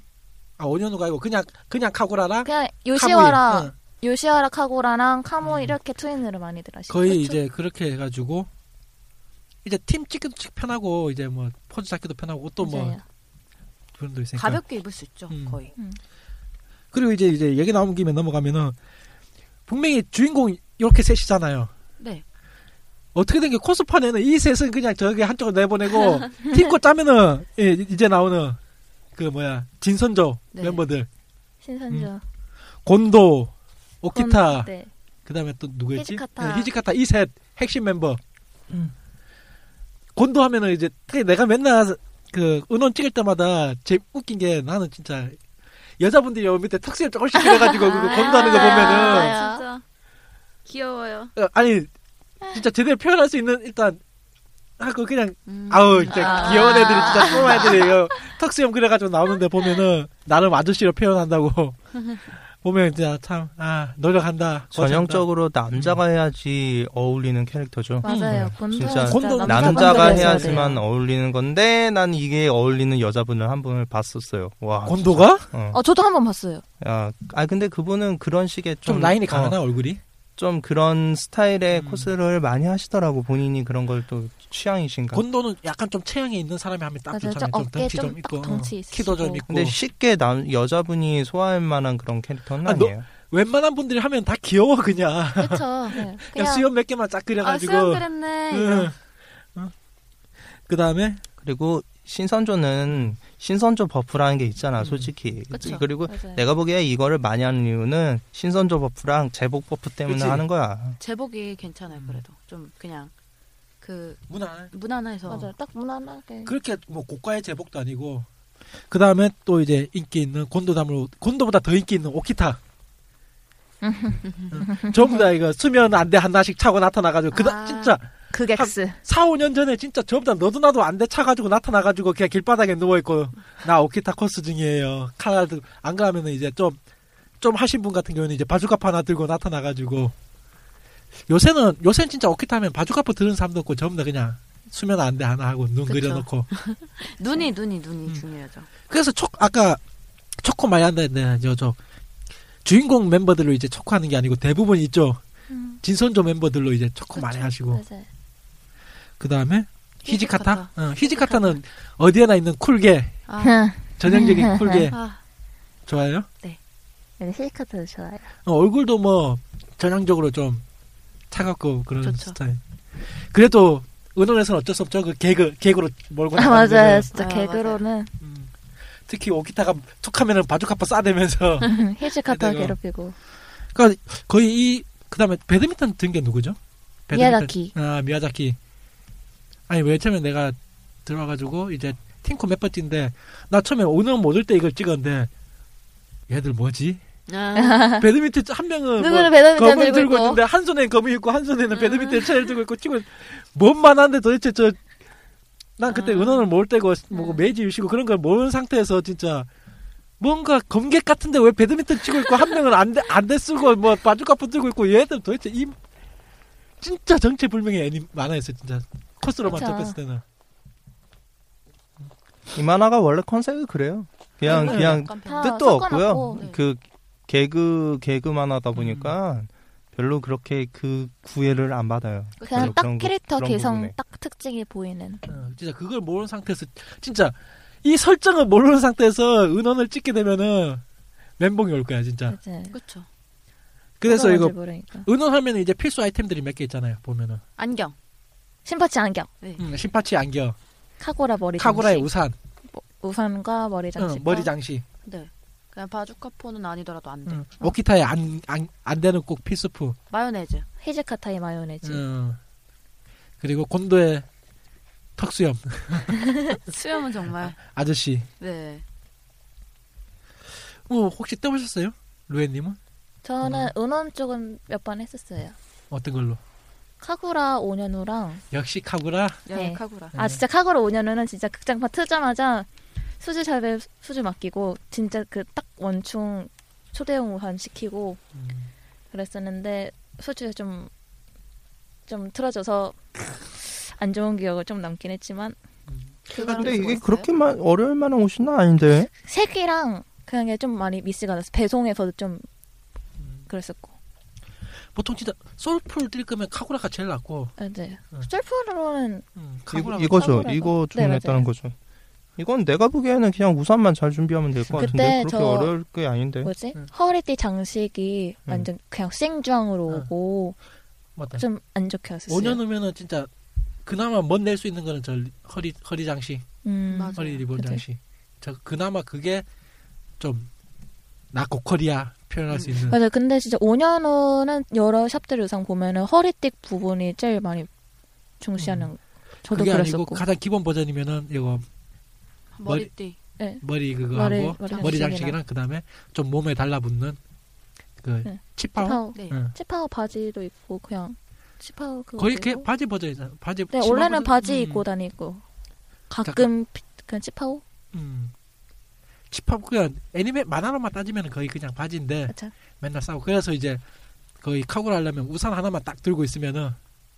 [SPEAKER 6] 아 오년우가 아니고 그냥 그냥 카구라랑
[SPEAKER 5] 그냥
[SPEAKER 6] 카무이.
[SPEAKER 5] 요시와라
[SPEAKER 6] 응.
[SPEAKER 5] 요시와라 카고라랑 카모
[SPEAKER 6] 음.
[SPEAKER 5] 이렇게 투인으로 많이들 하시죠.
[SPEAKER 6] 거의
[SPEAKER 5] 그쵸?
[SPEAKER 6] 이제 그렇게 해가지고 이제 팀 찍기도 찍- 편하고 이제 뭐 포즈 잡기도 편하고 또 뭐
[SPEAKER 5] 맞아요.
[SPEAKER 6] 그런 도 있으니까
[SPEAKER 3] 가볍게 입을 수 있죠,
[SPEAKER 6] 그러니까. 음.
[SPEAKER 3] 거의.
[SPEAKER 6] 그리고 이제 이제 얘기 나온 김에 넘어가면은 분명히 주인공 이렇게 셋이잖아요.
[SPEAKER 3] 네.
[SPEAKER 6] 어떻게 된 게 코스판에는 이 셋은 그냥 저기 한쪽으로 내보내고 팀코 짜면은 예, 이제 나오는 그 뭐야 진선조
[SPEAKER 3] 네.
[SPEAKER 6] 멤버들
[SPEAKER 5] 신선조.
[SPEAKER 6] 음, 곤도
[SPEAKER 5] 그건-
[SPEAKER 6] 오키타
[SPEAKER 5] 네.
[SPEAKER 6] 그다음에 또 누구였지?
[SPEAKER 5] 히지카타. 음.
[SPEAKER 6] 네, 히지카타 이 셋 핵심 멤버. 곤도 하면은 이제 특히 내가 맨날 그 은원 찍을 때마다 제 웃긴 게 나는 진짜 여자분들이 여기 밑에 턱수염 조금씩 그려가지고 그 곤도 하는 거 보면은
[SPEAKER 5] 아, 맞아요.
[SPEAKER 3] 진짜 귀여워요.
[SPEAKER 6] 어, 아니 진짜 제대로 표현할 수 있는 일단 하고 그냥
[SPEAKER 5] 음.
[SPEAKER 6] 아우 진짜 귀여운 애들이 진짜 쏘마 애들이 이거 턱수염 그려가지고 나오는데 보면은 나름 아저씨로 표현한다고 보면 진짜 참 아 노력한다 고생한다.
[SPEAKER 8] 전형적으로 남자가 해야지 어울리는 캐릭터죠.
[SPEAKER 5] 맞아요. 곤도
[SPEAKER 8] 음. 진짜
[SPEAKER 6] 곤도
[SPEAKER 8] 남자가
[SPEAKER 3] 남자분들
[SPEAKER 8] 해야지만
[SPEAKER 3] 돼요.
[SPEAKER 8] 어울리는 건데 난 이게 어울리는 여자분을 한 분을 봤었어요. 와.
[SPEAKER 6] 곤도가
[SPEAKER 8] 진짜. 어.
[SPEAKER 3] 어, 저도 한 번 봤어요.
[SPEAKER 8] 야, 아 근데 그분은 그런 식의 좀,
[SPEAKER 6] 좀 라인이
[SPEAKER 8] 어,
[SPEAKER 6] 가나 얼굴이
[SPEAKER 8] 좀 그런 스타일의
[SPEAKER 6] 음.
[SPEAKER 8] 코스를 많이 하시더라고 본인이 그런 걸 또 취향이신가.
[SPEAKER 6] 곤도는 약간 좀 체형이 있는 사람이 하면 딱
[SPEAKER 5] 맞아요. 좀
[SPEAKER 6] 좋잖아요. 좀
[SPEAKER 5] 어깨
[SPEAKER 6] 덩치
[SPEAKER 5] 좀
[SPEAKER 6] 좀 있고
[SPEAKER 5] 딱 덩치
[SPEAKER 6] 어,
[SPEAKER 5] 있으시고.
[SPEAKER 6] 키도 좀 있고.
[SPEAKER 8] 근데 쉽게 남 여자분이 소화할 만한 그런 캐릭터는
[SPEAKER 6] 아, 너-
[SPEAKER 8] 아니에요.
[SPEAKER 6] 웬만한 분들이 하면 다 귀여워 그냥.
[SPEAKER 5] 그렇죠. 네.
[SPEAKER 6] 그냥
[SPEAKER 5] 그냥
[SPEAKER 6] 수염 몇 개만 쫙
[SPEAKER 3] 아,
[SPEAKER 6] 그려가지고.
[SPEAKER 3] 수영 그랬네.
[SPEAKER 6] 응. 어. 그다음에
[SPEAKER 8] 그리고 신선조는 신선조 버프라는 게 있잖아,
[SPEAKER 6] 음.
[SPEAKER 8] 솔직히.
[SPEAKER 3] 그쵸.
[SPEAKER 8] 리고
[SPEAKER 5] 맞아요.
[SPEAKER 8] 내가 보기에 이거를 많이 하는 이유는 신선조 버프랑 제복 버프 때문에
[SPEAKER 6] 그치.
[SPEAKER 8] 하는 거야.
[SPEAKER 3] 제복이 괜찮아요, 그래도. 좀 그냥 그
[SPEAKER 5] 네.
[SPEAKER 6] 문화
[SPEAKER 3] 무난해서.
[SPEAKER 5] 맞아요. 딱 무난하게.
[SPEAKER 6] 그렇게 뭐 고가의 제복도 아니고. 그다음에 또 이제 인기 있는 곤도담으로 곤도보다 더 인기 있는 오키타. 응. 전부 다 이거 수면 안대 하나씩 차고 나타나가지고 그다
[SPEAKER 3] 아.
[SPEAKER 6] 진짜
[SPEAKER 5] 극엑스.
[SPEAKER 6] 4, 5년 전에 진짜 저보다 너도 나도 안돼 차가지고 나타나가지고 그냥 길바닥에 누워있고 나 오키타 코스 중이에요 칼 들고 안 그러면은 이제 좀 좀 하신 분 같은 경우는 이제 바주카파 하나 들고 나타나가지고 요새는 요새는 진짜 오키타 하면 바주카파 들은 사람도 없고 전부 다 그냥 수면 안돼 하나 하고 눈
[SPEAKER 3] 그쵸.
[SPEAKER 6] 그려놓고
[SPEAKER 3] 눈이 눈이 눈이
[SPEAKER 6] 음.
[SPEAKER 3] 중요하죠.
[SPEAKER 6] 그래서 초 아까 초코 많이 한다는데 저저 주인공 멤버들로 이제 초코하는 게 아니고 대부분 있죠.
[SPEAKER 7] 음.
[SPEAKER 6] 진선조 멤버들로 이제 초코 많이
[SPEAKER 7] 그쵸.
[SPEAKER 6] 하시고
[SPEAKER 7] 맞아요.
[SPEAKER 6] 그 다음에 히지카타.
[SPEAKER 3] 히지카타.
[SPEAKER 6] 어, 히지카타는 어디에나 있는 쿨게
[SPEAKER 3] 아,
[SPEAKER 7] 음.
[SPEAKER 6] 전형적인 쿨게
[SPEAKER 3] 아,
[SPEAKER 6] 좋아요.
[SPEAKER 7] 네, 실카트도 좋아요.
[SPEAKER 6] 어, 얼굴도 뭐 전형적으로 좀 차갑고 그런
[SPEAKER 3] 좋죠.
[SPEAKER 6] 스타일. 그래도 은혼에서는 어쩔 수 없죠. 그 개그 개그로 몰고
[SPEAKER 7] 아,
[SPEAKER 6] 나가는
[SPEAKER 7] 맞아요.
[SPEAKER 6] 거는.
[SPEAKER 7] 진짜
[SPEAKER 3] 아,
[SPEAKER 7] 개그로는
[SPEAKER 6] 음. 특히 오키타가 툭하면은 바주카파 싸대면서
[SPEAKER 7] 힐즈카타
[SPEAKER 6] 내가-
[SPEAKER 7] 괴롭히고
[SPEAKER 6] 그러니까 거의 이 그다음에 배드민턴 든 게 누구죠?
[SPEAKER 7] 미야자키.
[SPEAKER 6] 아 미야자키. 아니 왜 처음에 내가 들어와가지고 이제 팅코 몇 번째인데 나 처음에 오늘 못올때 이걸 찍었는데 얘들 뭐지?
[SPEAKER 3] 아,
[SPEAKER 6] 배드민턴 한 명은 뭐
[SPEAKER 7] 누구는 배드민턴
[SPEAKER 6] 검을
[SPEAKER 7] 들고, 음.
[SPEAKER 6] 들고
[SPEAKER 7] 있고
[SPEAKER 6] 있는데 한 손에는 검이 있고 한 손에는 배드민턴 채를 들고 있고 찍고 뭔만 한데 도대체 저 난 그때
[SPEAKER 7] 음.
[SPEAKER 3] 아.
[SPEAKER 6] 은원을 모을 때고 뭐고 메이지 유시고 그런 걸 모르는 상태에서 진짜 뭔가 검객 같은데 왜 배드민턴 치고 있고 한 명은 안대 안대 쓰고 뭐 바주카포 들고 있고 얘들 도대체 이 진짜 정체불명의 애니 만화였어 요 진짜 코스로만
[SPEAKER 7] 그쵸.
[SPEAKER 6] 접했을 때는
[SPEAKER 8] 이 만화가 원래 컨셉이 그래요. 그냥
[SPEAKER 6] 네.
[SPEAKER 8] 그냥
[SPEAKER 7] 다
[SPEAKER 8] 뜻도 없고요.
[SPEAKER 7] 아, 섞어놨고.
[SPEAKER 3] 네.
[SPEAKER 8] 그 개그 개그만 하다 보니까
[SPEAKER 7] 음.
[SPEAKER 8] 별로 그렇게 그 구애를 안 받아요.
[SPEAKER 7] 그냥
[SPEAKER 8] 별로
[SPEAKER 7] 딱
[SPEAKER 8] 그런 거-
[SPEAKER 7] 캐릭터
[SPEAKER 8] 그런
[SPEAKER 7] 개성
[SPEAKER 8] 부분에.
[SPEAKER 7] 딱 특징이 보이는
[SPEAKER 6] 어, 진짜 그걸 모르는 상태에서 진짜 이 설정을 모르는 상태에서 은원을 찍게 되면은 멘붕이 올 거야 진짜
[SPEAKER 7] 맞아요.
[SPEAKER 3] 그렇죠.
[SPEAKER 6] 그래서
[SPEAKER 7] 뭐가
[SPEAKER 6] 이거
[SPEAKER 7] 뭔지 모르니까.
[SPEAKER 6] 은원하면 이제 필수 아이템들이 몇 개 있잖아요. 보면은
[SPEAKER 3] 안경.
[SPEAKER 7] 신파치 안경,
[SPEAKER 6] 음, 신파치 안경,
[SPEAKER 7] 카고라 머리
[SPEAKER 6] 카구라의
[SPEAKER 7] 장식,
[SPEAKER 6] 우산,
[SPEAKER 7] 우산과 머리
[SPEAKER 6] 어,
[SPEAKER 7] 장식,
[SPEAKER 6] 머리 장식,
[SPEAKER 3] 네. 그냥 바주카포는 아니더라도 안 돼.
[SPEAKER 6] 음, 오키타의 안, 안, 안 되는 꼭 필수품,
[SPEAKER 3] 마요네즈.
[SPEAKER 7] 어, 히즈카타의 마요네즈.
[SPEAKER 6] 음, 그리고 곤도의 턱수염
[SPEAKER 3] 수염은 정말.
[SPEAKER 6] 아저씨.
[SPEAKER 3] 네.
[SPEAKER 6] 어, 혹시 떠보셨어요? 루엔님은
[SPEAKER 7] 저는
[SPEAKER 6] 음.
[SPEAKER 7] 은원 쪽은 몇 번 했었어요.
[SPEAKER 6] 어떤 걸로?
[SPEAKER 7] 카구라 5년 후랑
[SPEAKER 6] 역시 카구라.
[SPEAKER 7] 네.
[SPEAKER 3] 카구라.
[SPEAKER 7] 아 진짜 카구라 5년 후는 진짜 극장판 트자마자 수지샵에 수지 맡기고 진짜 그 딱 원충 초대형 우한 시키고
[SPEAKER 6] 음,
[SPEAKER 7] 그랬었는데 수지에 좀좀 틀어져서 안 좋은 기억을 좀 남긴 했지만
[SPEAKER 8] 근데 이게 그렇게 만 어려울 만한 옷은
[SPEAKER 7] 네.
[SPEAKER 8] 아닌데.
[SPEAKER 7] 색이랑 그런 게 좀 많이 미스가 났어. 배송에서도 좀
[SPEAKER 6] 음.
[SPEAKER 7] 그랬었고.
[SPEAKER 6] 보통 진짜 솔풀 뛸 거면 카구라가 제일 낫고
[SPEAKER 7] 맞아요. 네.
[SPEAKER 6] 음.
[SPEAKER 7] 셀프로는
[SPEAKER 6] 음,
[SPEAKER 8] 이거,
[SPEAKER 6] 카구라.
[SPEAKER 8] 이거죠.
[SPEAKER 7] 카구라가.
[SPEAKER 8] 이거
[SPEAKER 7] 네,
[SPEAKER 8] 주문했다는
[SPEAKER 7] 맞아요.
[SPEAKER 8] 거죠. 이건 내가 보기에는 그냥 우산만 잘 준비하면 될 것
[SPEAKER 7] 그때
[SPEAKER 8] 같은데 그렇게
[SPEAKER 7] 저-
[SPEAKER 8] 어려울 게 아닌데.
[SPEAKER 7] 뭐지?
[SPEAKER 6] 음.
[SPEAKER 7] 허리띠 장식이
[SPEAKER 8] 음.
[SPEAKER 7] 완전 그냥 생주황으로
[SPEAKER 6] 음. 네.
[SPEAKER 7] 오고
[SPEAKER 6] 맞다.
[SPEAKER 7] 좀 안 좋게 왔었어요.
[SPEAKER 6] 5년 후면은 진짜 그나마 멋 낼 수 있는 거는 저 허리 허리 장식.
[SPEAKER 7] 음.
[SPEAKER 3] 맞아.
[SPEAKER 6] 허리 리본
[SPEAKER 7] 그죠.
[SPEAKER 6] 장식. 저 그나마 그게 좀 나고커리아 표현할 수 있는.
[SPEAKER 7] 맞아요. 근데 진짜 5년 후는 여러 샵들 의상 보면은 허리띠 부분이 제일 많이 중시하는 저도
[SPEAKER 6] 음. 그게 아니고
[SPEAKER 7] 그랬었고.
[SPEAKER 6] 가장 기본 버전이면은 이거
[SPEAKER 3] 머리띠.
[SPEAKER 6] 머리 그거
[SPEAKER 7] 머리-
[SPEAKER 6] 하고
[SPEAKER 7] 머리
[SPEAKER 6] 머리
[SPEAKER 7] 장식이랑.
[SPEAKER 6] 장식이랑 그다음에 좀 몸에 달라붙는 그
[SPEAKER 7] 네.
[SPEAKER 6] 치파오.
[SPEAKER 7] 치파오.
[SPEAKER 3] 네.
[SPEAKER 6] 응.
[SPEAKER 7] 치파오 바지도 입고 그냥 치파오 그거
[SPEAKER 6] 거의
[SPEAKER 7] 입고.
[SPEAKER 6] 이렇게 바지 버전이잖아. 바지.
[SPEAKER 7] 네,
[SPEAKER 6] 치마
[SPEAKER 7] 원래는
[SPEAKER 6] 버전?
[SPEAKER 7] 바지
[SPEAKER 6] 음,
[SPEAKER 7] 입고 다니고 가끔 피- 그냥 치파오
[SPEAKER 6] 음. 치파오 그냥 애니메 만화로만 따지면 거의 그냥 바지인데
[SPEAKER 7] 그쵸.
[SPEAKER 6] 맨날 싸고 그래서 이제 거의 카고를 하려면 우산 하나만 딱 들고 있으면은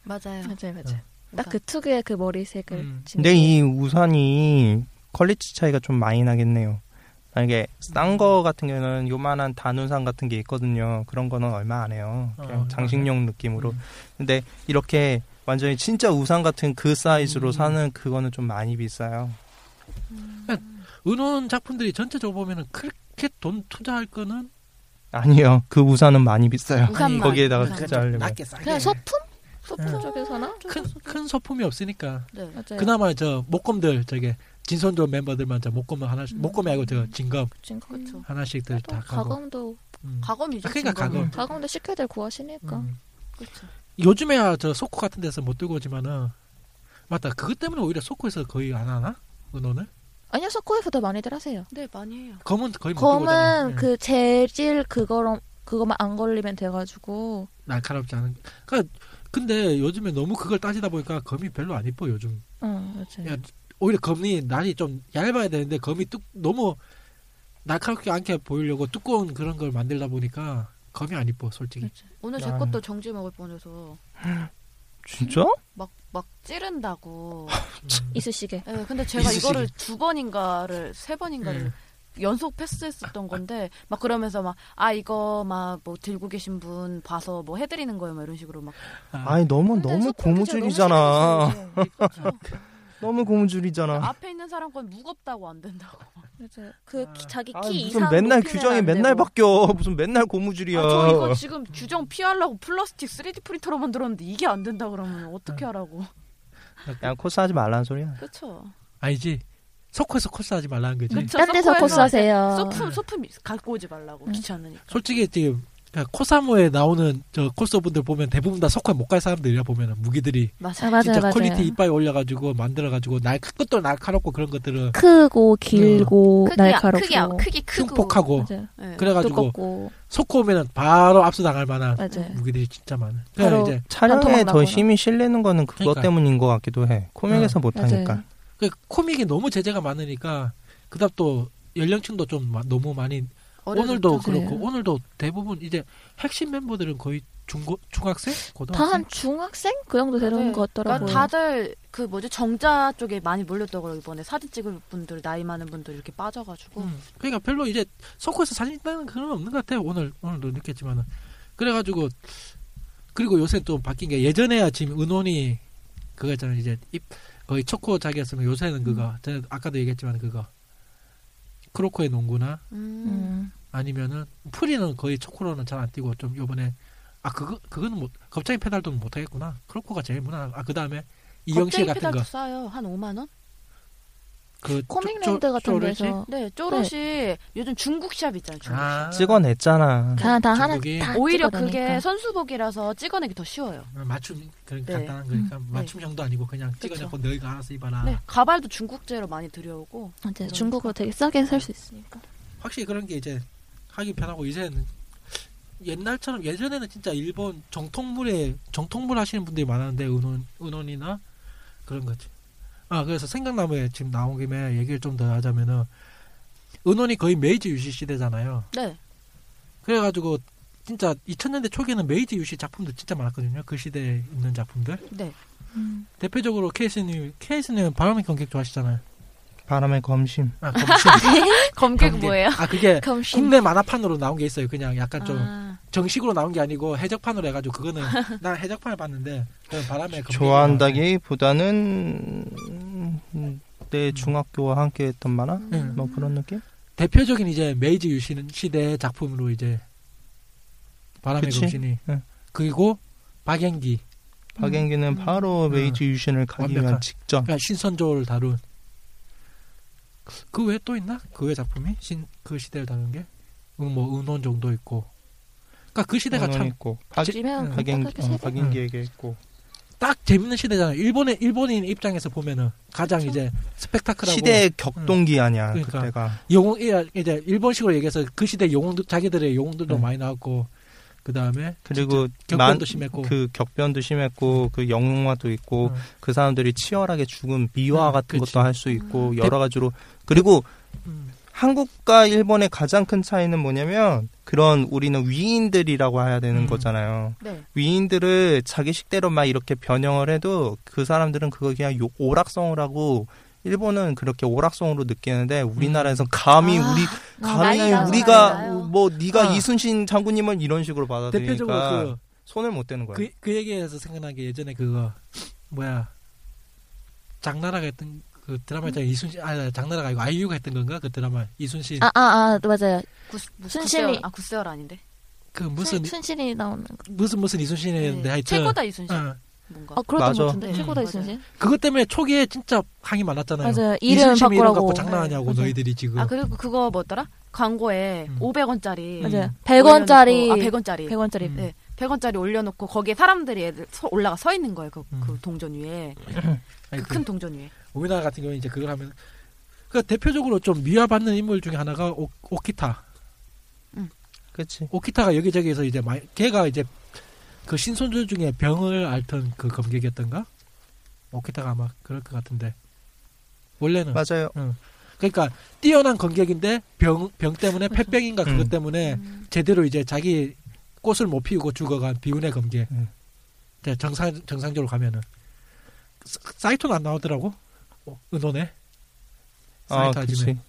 [SPEAKER 3] 맞아요.
[SPEAKER 7] 네.
[SPEAKER 3] 그러니까
[SPEAKER 7] 맞아요, 맞아요.
[SPEAKER 3] 우산.
[SPEAKER 7] 딱 그 특유의 그 머리색을
[SPEAKER 6] 어. 음.
[SPEAKER 7] 지니고.
[SPEAKER 8] 근데 이 우산이 퀄리티 차이가 좀 많이 나겠네요. 만약에 싼 거 같은 경우는 요만한 단우산 같은 게 있거든요. 그런 거는 얼마 안 해요. 그냥
[SPEAKER 6] 어,
[SPEAKER 8] 장식용 느낌으로.
[SPEAKER 6] 음.
[SPEAKER 8] 근데 이렇게 완전히 진짜 우산 같은 그 사이즈로
[SPEAKER 6] 음.
[SPEAKER 8] 사는 그거는 좀 많이 비싸요.
[SPEAKER 6] 은혼 작품들이 전체적으로 보면은 그렇게 돈 투자할 거는
[SPEAKER 8] 아니요. 그 우산은 많이 비싸요.
[SPEAKER 3] 우산만. 아, 그러니까
[SPEAKER 8] 거기에다가
[SPEAKER 3] 우산.
[SPEAKER 8] 아, 진짜 하려면.
[SPEAKER 6] 낮게 예. 싸게
[SPEAKER 7] 그냥 그- 소품? 소품
[SPEAKER 6] 응.
[SPEAKER 7] 쪽에서나?
[SPEAKER 6] 큰, 큰 소품이 없으니까
[SPEAKER 3] 네.
[SPEAKER 7] 맞아요.
[SPEAKER 6] 음. 그나마 저 목검들 저게 진선조 멤버들만 저 목검을 하나씩 목검이 아니고 저 진검
[SPEAKER 7] 지금
[SPEAKER 8] 음.
[SPEAKER 3] 그렇죠.
[SPEAKER 6] 하나씩들 다 가고
[SPEAKER 7] 가검도
[SPEAKER 6] 음.
[SPEAKER 3] 가검이죠.
[SPEAKER 6] 아, 그러니까
[SPEAKER 3] 진검은.
[SPEAKER 7] 가검도 시켜들 구하시니까.
[SPEAKER 6] 음.
[SPEAKER 3] 그렇죠.
[SPEAKER 6] 요즘에야 아, 저 소코 같은 데서 못 들고 오지만은 맞다 그것 때문에 오히려 소코에서 거의 안 하나 은혼을
[SPEAKER 7] 아니요, 서코에서도 많이들 하세요.
[SPEAKER 3] 네, 많이 해요.
[SPEAKER 6] 검은 거의 못 들고 오잖아요.
[SPEAKER 7] 검은
[SPEAKER 6] 예.
[SPEAKER 7] 그 재질 그거로 그거만 안 걸리면 돼가지고
[SPEAKER 6] 날카롭지 않은 그러니까 근데 요즘에 너무 그걸 따지다 보니까 검이 별로 안 이뻐 요즘
[SPEAKER 7] 응 맞아요.
[SPEAKER 6] 야, 오히려 검이 날이 좀 얇아야 되는데 검이 뚝 너무 날카롭게 않게 보이려고 두꺼운 그런 걸 만들다 보니까 검이 안 이뻐
[SPEAKER 7] 네.
[SPEAKER 6] 솔직히
[SPEAKER 3] 오늘 제
[SPEAKER 6] 아.
[SPEAKER 3] 것도 정지 먹을 뻔해서
[SPEAKER 8] 진짜?
[SPEAKER 3] 막, 막 찌른다고.
[SPEAKER 6] 음.
[SPEAKER 7] 이쑤시개.
[SPEAKER 3] 네, 근데 제가
[SPEAKER 6] 이쑤시개.
[SPEAKER 3] 이거를 두 번인가를, 세 번인가를
[SPEAKER 6] 음.
[SPEAKER 3] 연속 패스했었던 건데 막 그러면서 막 아 이거 막 뭐 들고 계신 분 봐서 뭐 해드리는 거예요 막 이런 식으로 막
[SPEAKER 8] 아니 너무
[SPEAKER 9] 근데
[SPEAKER 8] 너무
[SPEAKER 9] 소품 기술 너무
[SPEAKER 8] 고무줄이잖아.
[SPEAKER 9] 신경 쓰이지.
[SPEAKER 8] 너무 고무줄이잖아.
[SPEAKER 3] 앞에 있는 사람 건 무겁다고 안 된다고
[SPEAKER 7] 맞아요. 그 키- 자기 키
[SPEAKER 8] 아, 무슨
[SPEAKER 7] 이상
[SPEAKER 8] 맨날
[SPEAKER 7] 높이는
[SPEAKER 8] 규정이
[SPEAKER 7] 안
[SPEAKER 8] 맨날
[SPEAKER 7] 되고.
[SPEAKER 8] 바뀌어. 무슨 맨날 고무줄이야.
[SPEAKER 3] 아, 저 이거 지금 규정 피하려고 플라스틱 3D 프린터로 만들었는데 이게 안 된다 그러면 어떻게
[SPEAKER 6] 네.
[SPEAKER 3] 하라고
[SPEAKER 8] 그냥 코스하지 말라는 소리야.
[SPEAKER 3] 그쵸
[SPEAKER 6] 아니지. 석호에서 코스하지 말라는 거지.
[SPEAKER 3] 그쵸
[SPEAKER 7] 딴 데서
[SPEAKER 3] 서코에서
[SPEAKER 7] 코스하세요.
[SPEAKER 3] 소품 소품 갖고 오지 말라고 귀찮으니까
[SPEAKER 6] 솔직히 지금 그러니까 코사모에 나오는 저 코스분들 보면 대부분 다 석호에 못 갈 사람들이라 보면 무기들이
[SPEAKER 7] 아,
[SPEAKER 3] 맞아
[SPEAKER 7] 맞아요,
[SPEAKER 6] 진짜
[SPEAKER 7] 맞아요.
[SPEAKER 6] 퀄리티 이빨 올려가지고 만들어가지고 날 끝도 날카롭고 그런 것들은
[SPEAKER 7] 크고
[SPEAKER 5] 네.
[SPEAKER 7] 길고
[SPEAKER 5] 아,
[SPEAKER 9] 크기,
[SPEAKER 7] 날카롭고
[SPEAKER 9] 크기, 크기 크고.
[SPEAKER 6] 흉폭하고
[SPEAKER 7] 맞아요.
[SPEAKER 3] 네.
[SPEAKER 6] 그래가지고
[SPEAKER 7] 두껍고
[SPEAKER 6] 석호 오면은 바로 압수당할 만한
[SPEAKER 7] 맞아요.
[SPEAKER 6] 무기들이 진짜 많아.
[SPEAKER 7] 바로-
[SPEAKER 6] 그러니까 이제
[SPEAKER 8] 촬영에
[SPEAKER 7] 반토막
[SPEAKER 8] 더
[SPEAKER 7] 나거나.
[SPEAKER 8] 힘이 실리는 거는 그것
[SPEAKER 6] 그러니까요.
[SPEAKER 8] 때문인 것 같기도 해. 코믹에서 못하니까.
[SPEAKER 7] 어, 맞아요.
[SPEAKER 6] 그 코믹이 너무 제재가 많으니까 그다음 또 연령층도 좀 마- 너무 많이 오늘도
[SPEAKER 3] 어려졌죠.
[SPEAKER 6] 그렇고 오늘도 대부분 이제 핵심 멤버들은 거의 중고 중학생
[SPEAKER 7] 다
[SPEAKER 6] 고등학생
[SPEAKER 7] 한 중학생 그 정도 되는
[SPEAKER 3] 네.
[SPEAKER 7] 것
[SPEAKER 3] 그러니까
[SPEAKER 7] 같더라고요.
[SPEAKER 3] 다들 그 뭐지 정자 쪽에 많이 몰렸다고 이번에 사진 찍을 분들 나이 많은 분들 이렇게 빠져가지고
[SPEAKER 6] 음, 그러니까 별로 이제 석호에서 사진 찍는 그런 건 없는 것 같아요 오늘 오늘도 느꼈지만은 그래가지고 그리고 요새 또 바뀐 게 예전에야 지금 은혼이 그거 있잖아요 이제 입 거의 초코 자기였으면 요새는 그거 제가 아까도 얘기했지만 그거 크로코의 농구나
[SPEAKER 3] 음.
[SPEAKER 7] 음.
[SPEAKER 6] 아니면은 프리는 거의 초코로는 잘 안 뛰고 좀 요번에 아 그거 그거는 못 겁쟁이 페달도 못 하겠구나 크로코가 제일 무난 아그 다음에 이영실
[SPEAKER 3] 겁쟁이
[SPEAKER 6] 같은
[SPEAKER 3] 페달도 싸요 한 5만 원?
[SPEAKER 6] 거그
[SPEAKER 7] 코믹랜드 같은 데서
[SPEAKER 3] 네 쪼롯이 요즘 중국샵 있잖아요 중국샵
[SPEAKER 6] 아,
[SPEAKER 8] 찍어냈잖아.
[SPEAKER 7] 다 다 하나
[SPEAKER 6] 중국이
[SPEAKER 7] 다
[SPEAKER 3] 오히려
[SPEAKER 7] 찍어내니까.
[SPEAKER 3] 그게 선수복이라서 찍어내기 더 쉬워요
[SPEAKER 6] 음, 맞춤 그런
[SPEAKER 3] 네.
[SPEAKER 6] 간단한 거니까
[SPEAKER 7] 음,
[SPEAKER 6] 맞춤형도 아니고 그냥
[SPEAKER 3] 그쵸.
[SPEAKER 6] 찍어내고 너희가 알아서 입어라
[SPEAKER 3] 네 가발도 중국제로 많이 들여오고
[SPEAKER 7] 맞아요. 중국어 되게 싸게 살 수 있으니까.
[SPEAKER 6] 확실히 그런 게 이제 하기 편하고 이제는 옛날처럼 예전에는 진짜 일본 정통물에 정통물 하시는 분들이 많았는데 은혼 은혼이나 그런 거지. 아 그래서 생각나무에 지금 나온 김에 얘기를 좀 더 하자면은 은혼이 거의 메이지 유시 시대잖아요.
[SPEAKER 3] 네
[SPEAKER 6] 그래가지고 진짜 2000년대 초기에는 메이지 유시 작품들 진짜 많았거든요. 그 시대에 있는 작품들.
[SPEAKER 3] 네.
[SPEAKER 6] 대표적으로 케이스님 케이스님 바람의 경객 좋아하시잖아요.
[SPEAKER 8] 바람의 검심.
[SPEAKER 6] 아 검신.
[SPEAKER 3] 검객 뭐예요?
[SPEAKER 6] 아 그게
[SPEAKER 7] 검신.
[SPEAKER 6] 국내 만화판으로 나온 게 있어요. 그냥 약간 좀
[SPEAKER 3] 아,
[SPEAKER 6] 정식으로 나온 게 아니고 해적판으로 해가지고 그거는 난 해적판을 봤는데 네, 그건 바람에 검색이 나와요.
[SPEAKER 8] 좋아한다기보다는 음, 내 중학교와 함께했던 만화
[SPEAKER 7] 음.
[SPEAKER 6] 응.
[SPEAKER 8] 뭐 그런 느낌?
[SPEAKER 6] 대표적인 이제 메이지 유시 시대의 작품으로 이제 바람의
[SPEAKER 8] 그치? 예.
[SPEAKER 6] 검신이
[SPEAKER 8] 응.
[SPEAKER 6] 그리고 박연기
[SPEAKER 8] 박연기는
[SPEAKER 7] 음.
[SPEAKER 8] 바로 메이지 유신을
[SPEAKER 6] 음.
[SPEAKER 8] 가기
[SPEAKER 6] 완벽한.
[SPEAKER 8] 위한 직전.
[SPEAKER 6] 그러니까 신선조를 다룬 그 외에 또 있나 그 외 작품이 신 그 시대를 다룬 음, 게뭐 은혼 정도 있고 그러니까 그 시대가
[SPEAKER 8] 박원원
[SPEAKER 6] 참
[SPEAKER 8] 있고 박,
[SPEAKER 6] 응.
[SPEAKER 8] 박연기
[SPEAKER 7] 딱딱하게
[SPEAKER 8] 어,
[SPEAKER 7] 세대.
[SPEAKER 8] 박연기에게 있고
[SPEAKER 6] 딱 재밌는 시대잖아요. 일본의 일본인 입장에서 보면은 가장 이제 스펙타클하고
[SPEAKER 8] 시대의 격동기 아니야 그
[SPEAKER 6] 그러니까.
[SPEAKER 8] 때가
[SPEAKER 6] 영웅 이- 이제 일본식으로 얘기해서 그 시대 영웅들 자기들의 영웅들도
[SPEAKER 8] 네.
[SPEAKER 6] 많이 나왔고 그 다음에
[SPEAKER 8] 그리고
[SPEAKER 6] 격변도
[SPEAKER 8] 만-
[SPEAKER 6] 심했고.
[SPEAKER 8] 그 격변도 심했고 그 영웅화도 있고
[SPEAKER 6] 어.
[SPEAKER 8] 그 사람들이 치열하게 죽은 미화
[SPEAKER 6] 응, 음, 그치.
[SPEAKER 8] 같은
[SPEAKER 6] 음.
[SPEAKER 8] 것도 할 수 있고 여러 가지로 그리고 한국과 일본의 가장 큰 차이는 뭐냐면 그런 우리는 위인들이라고 해야 되는
[SPEAKER 6] 음.
[SPEAKER 8] 거잖아요.
[SPEAKER 3] 네.
[SPEAKER 8] 위인들을 자기식대로 막 이렇게 변형을 해도 그 사람들은 그거 그냥 요- 오락성을 하고 일본은 그렇게 오락성으로 느끼는데
[SPEAKER 6] 음.
[SPEAKER 8] 우리나라에는 감히
[SPEAKER 3] 아,
[SPEAKER 8] 우리
[SPEAKER 6] 뭐
[SPEAKER 8] 감히
[SPEAKER 3] 나이가
[SPEAKER 8] 우리가
[SPEAKER 3] 나이가요.
[SPEAKER 8] 뭐 네가
[SPEAKER 6] 아.
[SPEAKER 8] 이순신 장군님을 이런 식으로 받아들이니까
[SPEAKER 6] 대표적으로 그
[SPEAKER 8] 손을 못 대는 거예요.
[SPEAKER 6] 그그 그 얘기에서 생각난 게 예전에 그거 뭐야 장나라가 했던 그 드라마 있잖아 이순신 아니 장나라가 아니고 아이유가 했던 건가 그 드라마 이순신
[SPEAKER 7] 아아아 맞아요.
[SPEAKER 3] 구스, 뭐
[SPEAKER 7] 순실이.
[SPEAKER 3] 구세월, 아 구세월 아닌데
[SPEAKER 6] 그 무슨
[SPEAKER 7] 순, 실이 나오는 거.
[SPEAKER 6] 무슨 무슨 이순신이었는데
[SPEAKER 3] 네.
[SPEAKER 6] 하여튼
[SPEAKER 3] 최고다 이순신
[SPEAKER 6] 어.
[SPEAKER 3] 뭔가
[SPEAKER 7] 아 그렇던
[SPEAKER 8] 맞아.
[SPEAKER 7] 것 같은데
[SPEAKER 3] 음.
[SPEAKER 7] 최고다
[SPEAKER 3] 맞아요.
[SPEAKER 7] 이순신.
[SPEAKER 6] 그것 때문에 초기에 진짜 항이 많았잖아요.
[SPEAKER 7] 맞아요. 이름
[SPEAKER 6] 이순신 이름 갖고
[SPEAKER 7] 바꾸라고. 네.
[SPEAKER 6] 장난하냐고
[SPEAKER 7] 맞아요.
[SPEAKER 6] 너희들이 지금
[SPEAKER 3] 아 그리고 그거 뭐더라 광고에
[SPEAKER 6] 음.
[SPEAKER 3] 500원짜리
[SPEAKER 6] 맞아요.
[SPEAKER 7] 맞아요. 100원짜리.
[SPEAKER 3] 아 100원짜리 100...
[SPEAKER 7] 100원짜리.
[SPEAKER 6] 음.
[SPEAKER 3] 네. 100원짜리 올려놓고 거기에 사람들이 애들 서- 올라가 서 있는 거예요 그, 그
[SPEAKER 6] 음.
[SPEAKER 3] 동전 위에
[SPEAKER 6] 아니,
[SPEAKER 3] 그 큰 동전 위에
[SPEAKER 6] 우리나라 같은 경우는 이제 그걸 하면 그 대표적으로 좀 미화받는 인물 중에 하나가 오, 오키타.
[SPEAKER 8] 그렇지.
[SPEAKER 6] 오키타가 여기저기에서 이제 마, 걔가 이제 그 신선조 중에 병을 앓던 그 검객이었던가? 오키타가 아마 그럴 것 같은데 원래는
[SPEAKER 8] 맞아요.
[SPEAKER 6] 그러니까 뛰어난 검객인데 병, 병 때문에 폐병인가 그것
[SPEAKER 8] 음.
[SPEAKER 6] 때문에 제대로 이제 자기 꽃을 못 피우고 죽어간 비운의 검객.
[SPEAKER 8] 음.
[SPEAKER 6] 이제 정상 정상적으로 가면은 사- 사이토는 안 나오더라고. 어, 은혼에
[SPEAKER 8] 아,
[SPEAKER 6] 사이트 아지매.
[SPEAKER 8] 그렇지.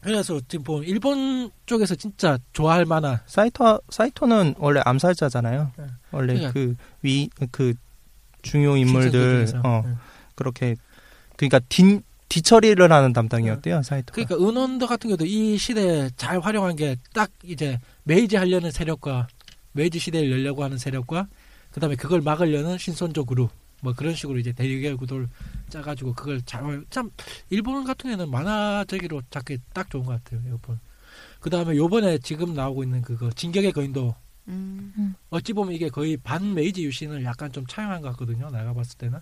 [SPEAKER 6] 그래서 지금 보면 일본 쪽에서 진짜 좋아할 만한
[SPEAKER 8] 사이토 사이토는 원래 암살자잖아요.
[SPEAKER 6] 네.
[SPEAKER 8] 원래
[SPEAKER 6] 그러니까.
[SPEAKER 8] 그 위 그 중요
[SPEAKER 6] 신세계
[SPEAKER 8] 인물들
[SPEAKER 6] 중에서.
[SPEAKER 8] 어,
[SPEAKER 6] 네.
[SPEAKER 8] 그렇게 그러니까 뒷 뒤처리를 하는 담당이었대요 사이토가.
[SPEAKER 6] 그러니까 은원도 같은 경우도 이 시대에 잘 활용한 게 딱 이제 메이지 하려는 세력과 메이지 시대를 열려고 하는 세력과 그다음에 그걸 막으려는 신선조 그룹 뭐 그런 식으로 이제 대결 구도를 짜가지고 그걸 잘참 일본 같은 경우에는 만화적으로 작게 딱 좋은 것 같아요 요번 그다음에 요번에 지금 나오고 있는 그거 진격의 거인도
[SPEAKER 3] 음.
[SPEAKER 6] 어찌 보면 이게 거의 반 메이지 유신을 약간 좀 차용한 것 같거든요 내가 봤을 때는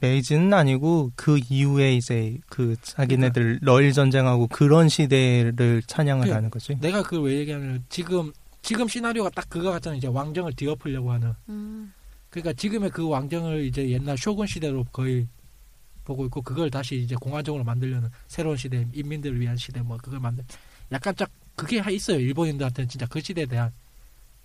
[SPEAKER 8] 메이지는 아니고 그 이후에 이제 그 자기네들 러일 전쟁하고 그런 시대를
[SPEAKER 6] 그러니까.
[SPEAKER 8] 찬양을
[SPEAKER 6] 그래.
[SPEAKER 8] 하는 거지.
[SPEAKER 6] 내가 그걸 왜 얘기하냐면 지금 지금 시나리오가 딱 그거 같잖아요 이제 왕정을 뒤엎으려고 하는
[SPEAKER 3] 음.
[SPEAKER 6] 그러니까 지금의 그 왕정을 이제 옛날 쇼군 시대로 거의 보고 있고 그걸 다시 이제 공화정으로 만들려는 새로운 시대 인민들을 위한 시대 뭐 그걸 만들 약간 딱 그게 하- 있어요 일본인들한테는 진짜 그 시대에 대한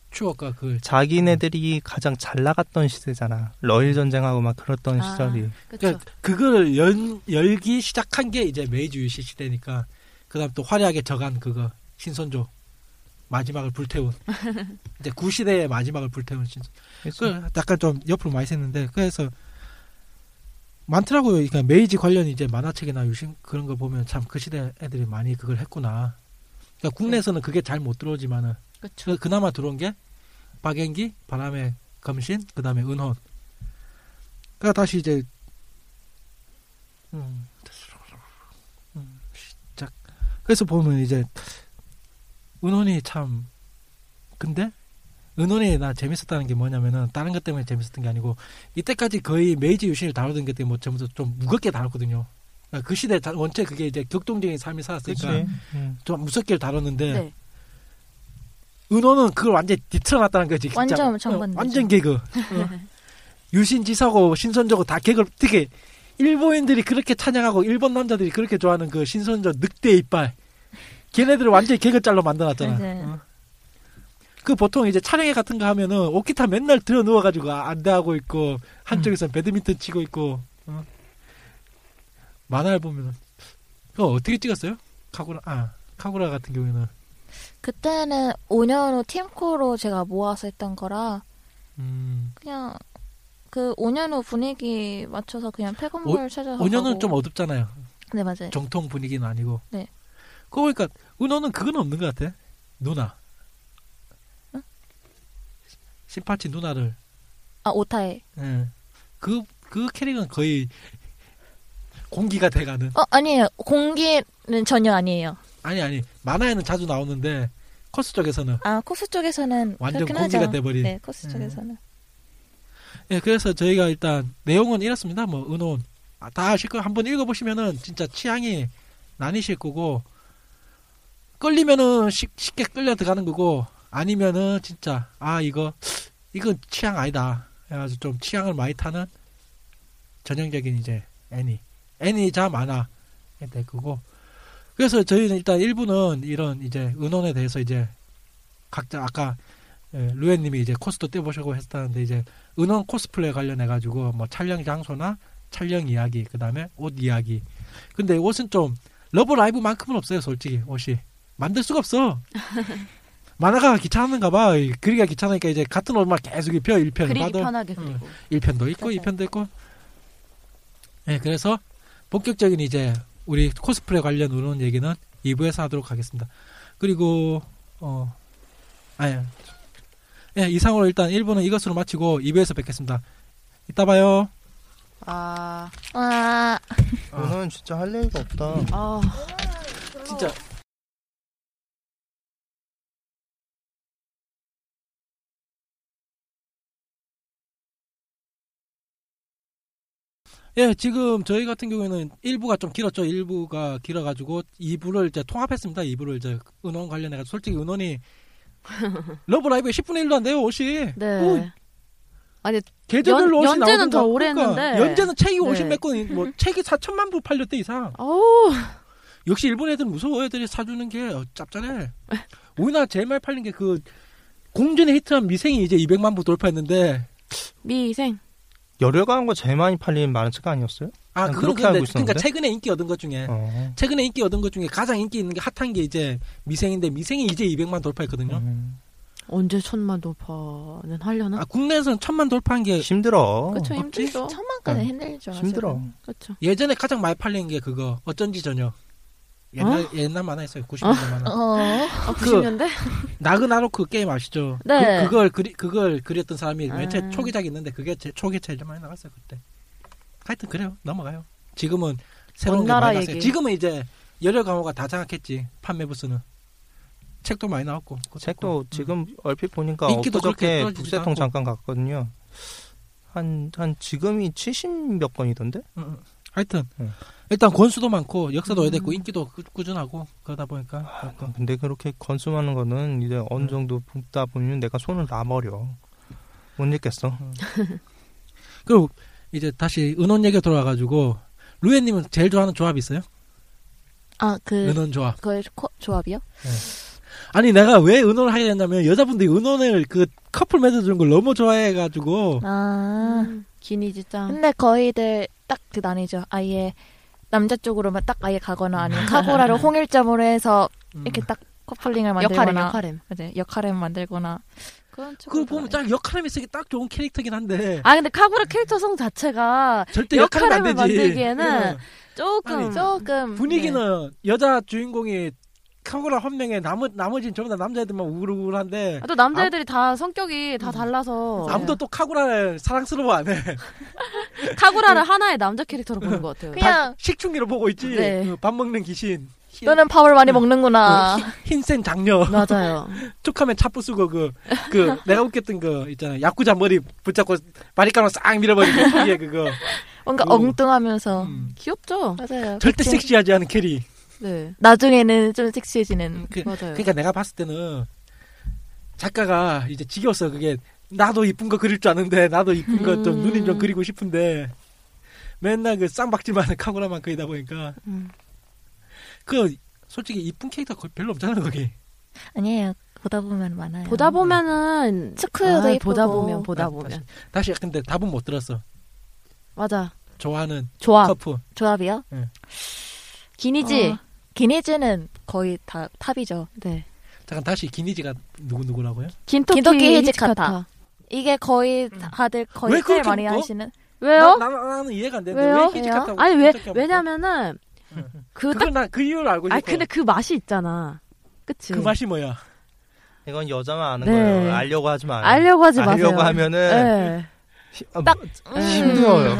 [SPEAKER 6] 추억과 그
[SPEAKER 8] 자기네들이 가장 잘 나갔던 시대잖아.
[SPEAKER 6] 음.
[SPEAKER 8] 러일 전쟁하고 막 그랬던
[SPEAKER 3] 아.
[SPEAKER 8] 시절이.
[SPEAKER 3] 그렇죠.
[SPEAKER 6] 그러니까 그걸 연, 열기 시작한 게 이제 메이지 유신 시대니까 그다음 또 화려하게 저간 그거 신선조 마지막을 불태운 이제 구시대의 마지막을 불태운 신
[SPEAKER 8] 그래서
[SPEAKER 6] 그 약간 좀 옆으로 많이 샜는데 그래서 많더라고요. 그러니까 메이지 관련 이제 만화책이나 유신 그런 걸 보면 참 그 시대 애들이 많이 그걸 했구나. 그러니까 국내에서는 그게 잘 못 들어오지만은
[SPEAKER 3] 그쵸.
[SPEAKER 6] 그- 그나마 들어온 게 박연기, 바람의 검신, 그다음에 은혼. 그러니까 다시 이제 음, 음, 시작. 그래서 보면 이제 은혼이 참 근데 은혼이 나 재밌었다는 게 뭐냐면은 다른 것 때문에 재밌었던 게 아니고 이때까지 거의 메이지 유신을 다루던 게 때문에 뭐 전부 좀 무겁게 다뤘거든요. 그러니까 그 시대 자- 원체 그게 이제 격동적인 삶이 살았으니까
[SPEAKER 8] 그치. 음.
[SPEAKER 6] 좀 무섭게 다뤘는데
[SPEAKER 3] 네.
[SPEAKER 6] 은호는 그걸 완전 뒤틀어놨다는 거지. 진짜.
[SPEAKER 7] 완전
[SPEAKER 6] 어,
[SPEAKER 7] 정반대죠.
[SPEAKER 6] 완전 개그. 어. 유신지사고 신선조고 다 개그. 되게 일본인들이 그렇게 찬양하고 일본 남자들이 그렇게 좋아하는 그 신선조 늑대 이빨. 걔네들을 완전히 개그 짤로 만들어놨잖아.
[SPEAKER 7] 네.
[SPEAKER 6] 어. 그 보통 이제 촬영회 같은 거 하면은 오키타 맨날 들어 누워가지고 아- 안대하고 있고
[SPEAKER 7] 음.
[SPEAKER 6] 한쪽에서 배드민턴 치고 있고 어. 만화를 보면은 그거 어떻게 찍었어요? 카구라 아 카구라 같은 경우에는
[SPEAKER 7] 그때는 5년 후 팀코로 제가 모아서 했던 거라
[SPEAKER 6] 음,
[SPEAKER 7] 그냥 그 5년 후 분위기 맞춰서 그냥 폐건물 찾아서
[SPEAKER 6] 5년은
[SPEAKER 7] 가고.
[SPEAKER 6] 좀 어둡잖아요.
[SPEAKER 7] 네 맞아요.
[SPEAKER 6] 정통 분위기는 아니고.
[SPEAKER 7] 네.
[SPEAKER 6] 그거 보니까 은호는 그건 없는 것 같아. 누나.
[SPEAKER 7] 응?
[SPEAKER 6] 심파치 누나를.
[SPEAKER 7] 아 오타에.
[SPEAKER 6] 예. 그, 그 캐릭은 거의 공기가 돼가는.
[SPEAKER 7] 어 아니에요. 공기는 전혀 아니에요.
[SPEAKER 6] 아니, 아니. 만화에는 자주 나오는데 코스 쪽에서는
[SPEAKER 7] 아 코스 쪽에서는
[SPEAKER 6] 완전
[SPEAKER 7] 그렇긴 하죠.
[SPEAKER 6] 공기가 돼버린.
[SPEAKER 7] 네 코스
[SPEAKER 6] 음.
[SPEAKER 7] 쪽에서는.
[SPEAKER 6] 예, 그래서 저희가 일단 내용은 이렇습니다. 뭐 은혼 아, 다 아실 거 한번 읽어보시면은 진짜 취향이 나뉘실 거고 끌리면은 쉽, 쉽게 끌려 들어가는 거고 아니면은 진짜 아 이거 이건 취향 아니다. 그래가지고 좀 취향을 많이 타는 전형적인 이제 애니 애니자 만화 될 거고 그래서 저희는 일단 일부는 이런 이제 은혼에 대해서 이제 각자 아까 예, 루엔님이 이제 코스도 떼보시고 했다는데 이제 은원 코스프레 관련해 가지고 뭐 촬영 장소나 촬영 이야기 그다음에 옷 이야기 근데 옷은 좀 러브 라이브만큼은 없어요 솔직히 옷이 만들 수가 없어 만화가 귀찮은가 봐 그리가 귀찮으니까 이제 같은 옷만 계속 입혀 일편
[SPEAKER 3] 그리기
[SPEAKER 6] 봐도
[SPEAKER 3] 편하게
[SPEAKER 6] 음.
[SPEAKER 3] 그리고.
[SPEAKER 6] 1편도 있고
[SPEAKER 3] 맞아요.
[SPEAKER 6] 2편도 있고 네, 그래서 본격적인 이제 우리 코스프레 관련 이런 얘기는 2부에서 하도록 하겠습니다 그리고 어 아예 예, 이상으로 일단 1부는 이것으로 마치고 2부에서 뵙겠습니다 이따 봐요
[SPEAKER 3] 아,
[SPEAKER 7] 와
[SPEAKER 6] 아.
[SPEAKER 8] 너는 진짜 할 얘기가 없다.
[SPEAKER 3] 아. 어.
[SPEAKER 6] 진짜 예, 지금 저희 같은 경우에는 1부가 좀 길었죠. 1부가 길어가지고 2부를 이제 통합했습니다. 2부를 이제 은원 관련해서 솔직히 은원이 러브라이브에 10분의 1도 안 돼요, 옷이.
[SPEAKER 3] 네.
[SPEAKER 6] 오,
[SPEAKER 3] 아니
[SPEAKER 6] 계절별로
[SPEAKER 3] 연-
[SPEAKER 6] 옷이
[SPEAKER 3] 연재는
[SPEAKER 6] 나오던가.
[SPEAKER 3] 더 오래
[SPEAKER 6] 그러니까
[SPEAKER 3] 했는데.
[SPEAKER 6] 연재는 책이 50
[SPEAKER 3] 네.
[SPEAKER 6] 몇 권, 뭐 책이 4천만 부 팔렸대 이상.
[SPEAKER 3] 어우
[SPEAKER 6] 역시 일본 애들은 무서워 애들이 사주는 게 어, 짭짤해 우리나라 제일 많이 팔린 게 그 공전에 히트한 미생이 이제 200만 부 돌파했는데
[SPEAKER 3] 미생
[SPEAKER 8] 열혈 가는 거 제일 많이 팔린 만화책 아니었어요?
[SPEAKER 6] 아,
[SPEAKER 8] 난
[SPEAKER 6] 그건
[SPEAKER 8] 그렇게
[SPEAKER 6] 근데
[SPEAKER 8] 알고
[SPEAKER 6] 그러니까
[SPEAKER 8] 있었는데?
[SPEAKER 6] 최근에 인기 얻은 것 중에
[SPEAKER 8] 어.
[SPEAKER 6] 최근에 인기 얻은 것 중에 가장 인기 있는 게 핫한 게 이제 미생인데 미생이 이제 200만 돌파했거든요.
[SPEAKER 8] 음.
[SPEAKER 9] 언제 천만 돌파는 하려나?
[SPEAKER 6] 아, 국내에서는 천만 돌파한 게 아,
[SPEAKER 8] 힘들어.
[SPEAKER 9] 그쵸
[SPEAKER 6] 없지?
[SPEAKER 9] 힘들죠.
[SPEAKER 8] 어.
[SPEAKER 10] 천만까지 힘들죠. 아직은.
[SPEAKER 8] 힘들어.
[SPEAKER 9] 그쵸.
[SPEAKER 6] 예전에 가장 많이 팔린 게 그거 어쩐지 저녁. 옛날 옛날 만화였어요. 90년 만화.
[SPEAKER 10] 어.
[SPEAKER 9] 아,
[SPEAKER 6] 그-
[SPEAKER 9] 90년대?
[SPEAKER 6] 나그나로 그 게임 아시죠?
[SPEAKER 10] 네.
[SPEAKER 6] 그, 걸 그리, 그걸 그렸던 사람이
[SPEAKER 9] 아.
[SPEAKER 6] 맨 처음에 초기작이 있는데 그게 제, 초기 제일 많이 나갔어요 그때. 하여튼 그래요. 넘어가요. 지금은 새로운 게
[SPEAKER 9] 원나라
[SPEAKER 6] 많이 나왔어요.
[SPEAKER 9] 얘기.
[SPEAKER 6] 지금은 이제 열혈 강호가 다 장악했지 판매 부스는. 책도 많이 나왔고. 그것도
[SPEAKER 8] 책도
[SPEAKER 6] 음.
[SPEAKER 8] 지금 얼핏 보니까
[SPEAKER 6] 인기도 그렇게
[SPEAKER 8] 엊그저께
[SPEAKER 6] 떨어지지도
[SPEAKER 8] 북새통
[SPEAKER 6] 않고.
[SPEAKER 8] 잠깐 갔거든요. 한, 한 지금이 70 몇 건이던데?
[SPEAKER 6] 응, 응. 하여튼
[SPEAKER 8] 음.
[SPEAKER 6] 일단 권수도 많고
[SPEAKER 9] 음.
[SPEAKER 6] 역사도 오래됐고 인기도 꾸- 꾸준하고 그러다 보니까
[SPEAKER 8] 아,
[SPEAKER 6] 약간
[SPEAKER 8] 근데 그렇게 건수 많은 거는 이제
[SPEAKER 6] 음.
[SPEAKER 8] 어느 정도 붓다 보면 내가 손을 놔버려. 못 읽겠어.
[SPEAKER 6] 음. 그리고 이제 다시 은혼 얘기 돌아가지고 루에님은 제일 좋아하는 조합이 있어요?
[SPEAKER 10] 아,
[SPEAKER 9] 네.
[SPEAKER 10] 그,
[SPEAKER 6] 은혼 조합.
[SPEAKER 10] 그 코- 조합이요?
[SPEAKER 6] 아니 내가 왜 은혼을 하게 됐냐면 여자분들이 은혼을 그 커플 맺어주는 걸 너무 좋아해가지고
[SPEAKER 7] 아.
[SPEAKER 9] 음, 기니지 짱.
[SPEAKER 7] 근데 거의들 딱 그 난이죠. 아예 남자 쪽으로만 딱 아예 가거나 아니면 카고라를 홍일점으로 해서
[SPEAKER 6] 음.
[SPEAKER 7] 이렇게 딱 커플링을
[SPEAKER 9] 역할은
[SPEAKER 7] 만들거나
[SPEAKER 9] 역할은.
[SPEAKER 7] 네, 역할을 만들거나 그런
[SPEAKER 6] 그걸
[SPEAKER 7] 쪽으로
[SPEAKER 6] 보면
[SPEAKER 7] 가요.
[SPEAKER 6] 딱 역할함이 쓰기 딱 좋은 캐릭터긴 한데
[SPEAKER 3] 아 근데 카구라 캐릭터 성 자체가
[SPEAKER 6] 절대 역할은 안
[SPEAKER 3] 아, 역할함을
[SPEAKER 6] 되지
[SPEAKER 3] 만들기에는 음,
[SPEAKER 6] 응.
[SPEAKER 3] 조금
[SPEAKER 6] 아니,
[SPEAKER 7] 조금 네.
[SPEAKER 6] 분위기는 여자 주인공이 카구라 한 명에 나머 나머지는 전부 다 남자애들만 우글우글한데
[SPEAKER 3] 아, 또 남자애들이 다 성격이 다 달라서
[SPEAKER 6] 아무도 또 카구라를 사랑스러워 안 해.
[SPEAKER 3] 카구라를 하나의 남자 캐릭터로 보는 것 같아요.
[SPEAKER 7] 그냥
[SPEAKER 6] 식충기로 보고 있지.
[SPEAKER 3] 네.
[SPEAKER 6] 어, 밥 먹는 귀신. 흰,
[SPEAKER 7] 너는 밥을 많이
[SPEAKER 6] 응.
[SPEAKER 7] 먹는구나.
[SPEAKER 6] 어, 흰- 흰센 장녀.
[SPEAKER 9] 맞아요.
[SPEAKER 6] 툭하면 차 부수고 그, 그, 내가 웃겼던 거 있잖아. 야구자 머리 붙잡고 마리카노 싹 밀어버리고, 뒤에 그거.
[SPEAKER 7] 뭔가
[SPEAKER 6] 오.
[SPEAKER 7] 엉뚱하면서
[SPEAKER 6] 음.
[SPEAKER 9] 귀엽죠?
[SPEAKER 7] 맞아요.
[SPEAKER 6] 절대
[SPEAKER 7] 그치?
[SPEAKER 6] 섹시하지 않은 캐리.
[SPEAKER 9] 네.
[SPEAKER 7] 나중에는 좀 섹시해지는
[SPEAKER 6] 그,
[SPEAKER 9] 맞아요.
[SPEAKER 6] 그러니까 내가 봤을 때는 작가가 이제 지겨워서 그게 나도 이쁜 거 그릴 줄 아는데 나도 이쁜 거 좀
[SPEAKER 9] 음.
[SPEAKER 6] 눈이 좀 그리고 싶은데 맨날 그 쌍박질만 카구라만 그리다 보니까
[SPEAKER 9] 음.
[SPEAKER 6] 그 솔직히 이쁜 캐릭터 거의 별로 없잖아 거기
[SPEAKER 7] 아니에요. 보다 보면 많아요.
[SPEAKER 3] 보다 보면은
[SPEAKER 7] 스크도
[SPEAKER 3] 아,
[SPEAKER 7] 예쁘고
[SPEAKER 3] 보다 보면
[SPEAKER 6] 아,
[SPEAKER 3] 보다 보면
[SPEAKER 6] 다시, 다시 근데 답은 못 들었어
[SPEAKER 3] 맞아
[SPEAKER 6] 좋아하는
[SPEAKER 3] 좋아
[SPEAKER 6] 커플
[SPEAKER 7] 조합이요?
[SPEAKER 3] 기니지
[SPEAKER 7] 어, 기니즈는 거의 다 탑이죠.
[SPEAKER 9] 네.
[SPEAKER 6] 잠깐 다시 기니지가 누구 누구라고요?
[SPEAKER 3] 긴토키,
[SPEAKER 7] 긴토키
[SPEAKER 3] 히치카타.
[SPEAKER 7] 히치카타. 이게 거의 다들
[SPEAKER 6] 왜
[SPEAKER 7] 거의 제일
[SPEAKER 6] 그렇게
[SPEAKER 7] 많이
[SPEAKER 6] 묶어?
[SPEAKER 7] 하시는
[SPEAKER 3] 왜요?
[SPEAKER 6] 나, 나, 나는 이해가 안 되는데
[SPEAKER 3] 왜요?
[SPEAKER 6] 왜 히치카타고 뭐
[SPEAKER 3] 아니 왜
[SPEAKER 6] 끈적이야 먹고?
[SPEAKER 3] 왜냐면은 그딱
[SPEAKER 6] 그걸 나그 이유를 알고
[SPEAKER 3] 아
[SPEAKER 6] 있어.
[SPEAKER 3] 근데 그 맛이 있잖아. 그치?
[SPEAKER 6] 그 맛이 뭐야?
[SPEAKER 8] 이건 여자만 아는
[SPEAKER 3] 네.
[SPEAKER 8] 거예요. 알려고 하지 마요.
[SPEAKER 3] 알려고 하지 마세요.
[SPEAKER 8] 알려고 하면은
[SPEAKER 3] 네.
[SPEAKER 8] 히- 아,
[SPEAKER 7] 딱,
[SPEAKER 8] 뭐, 힘들어요.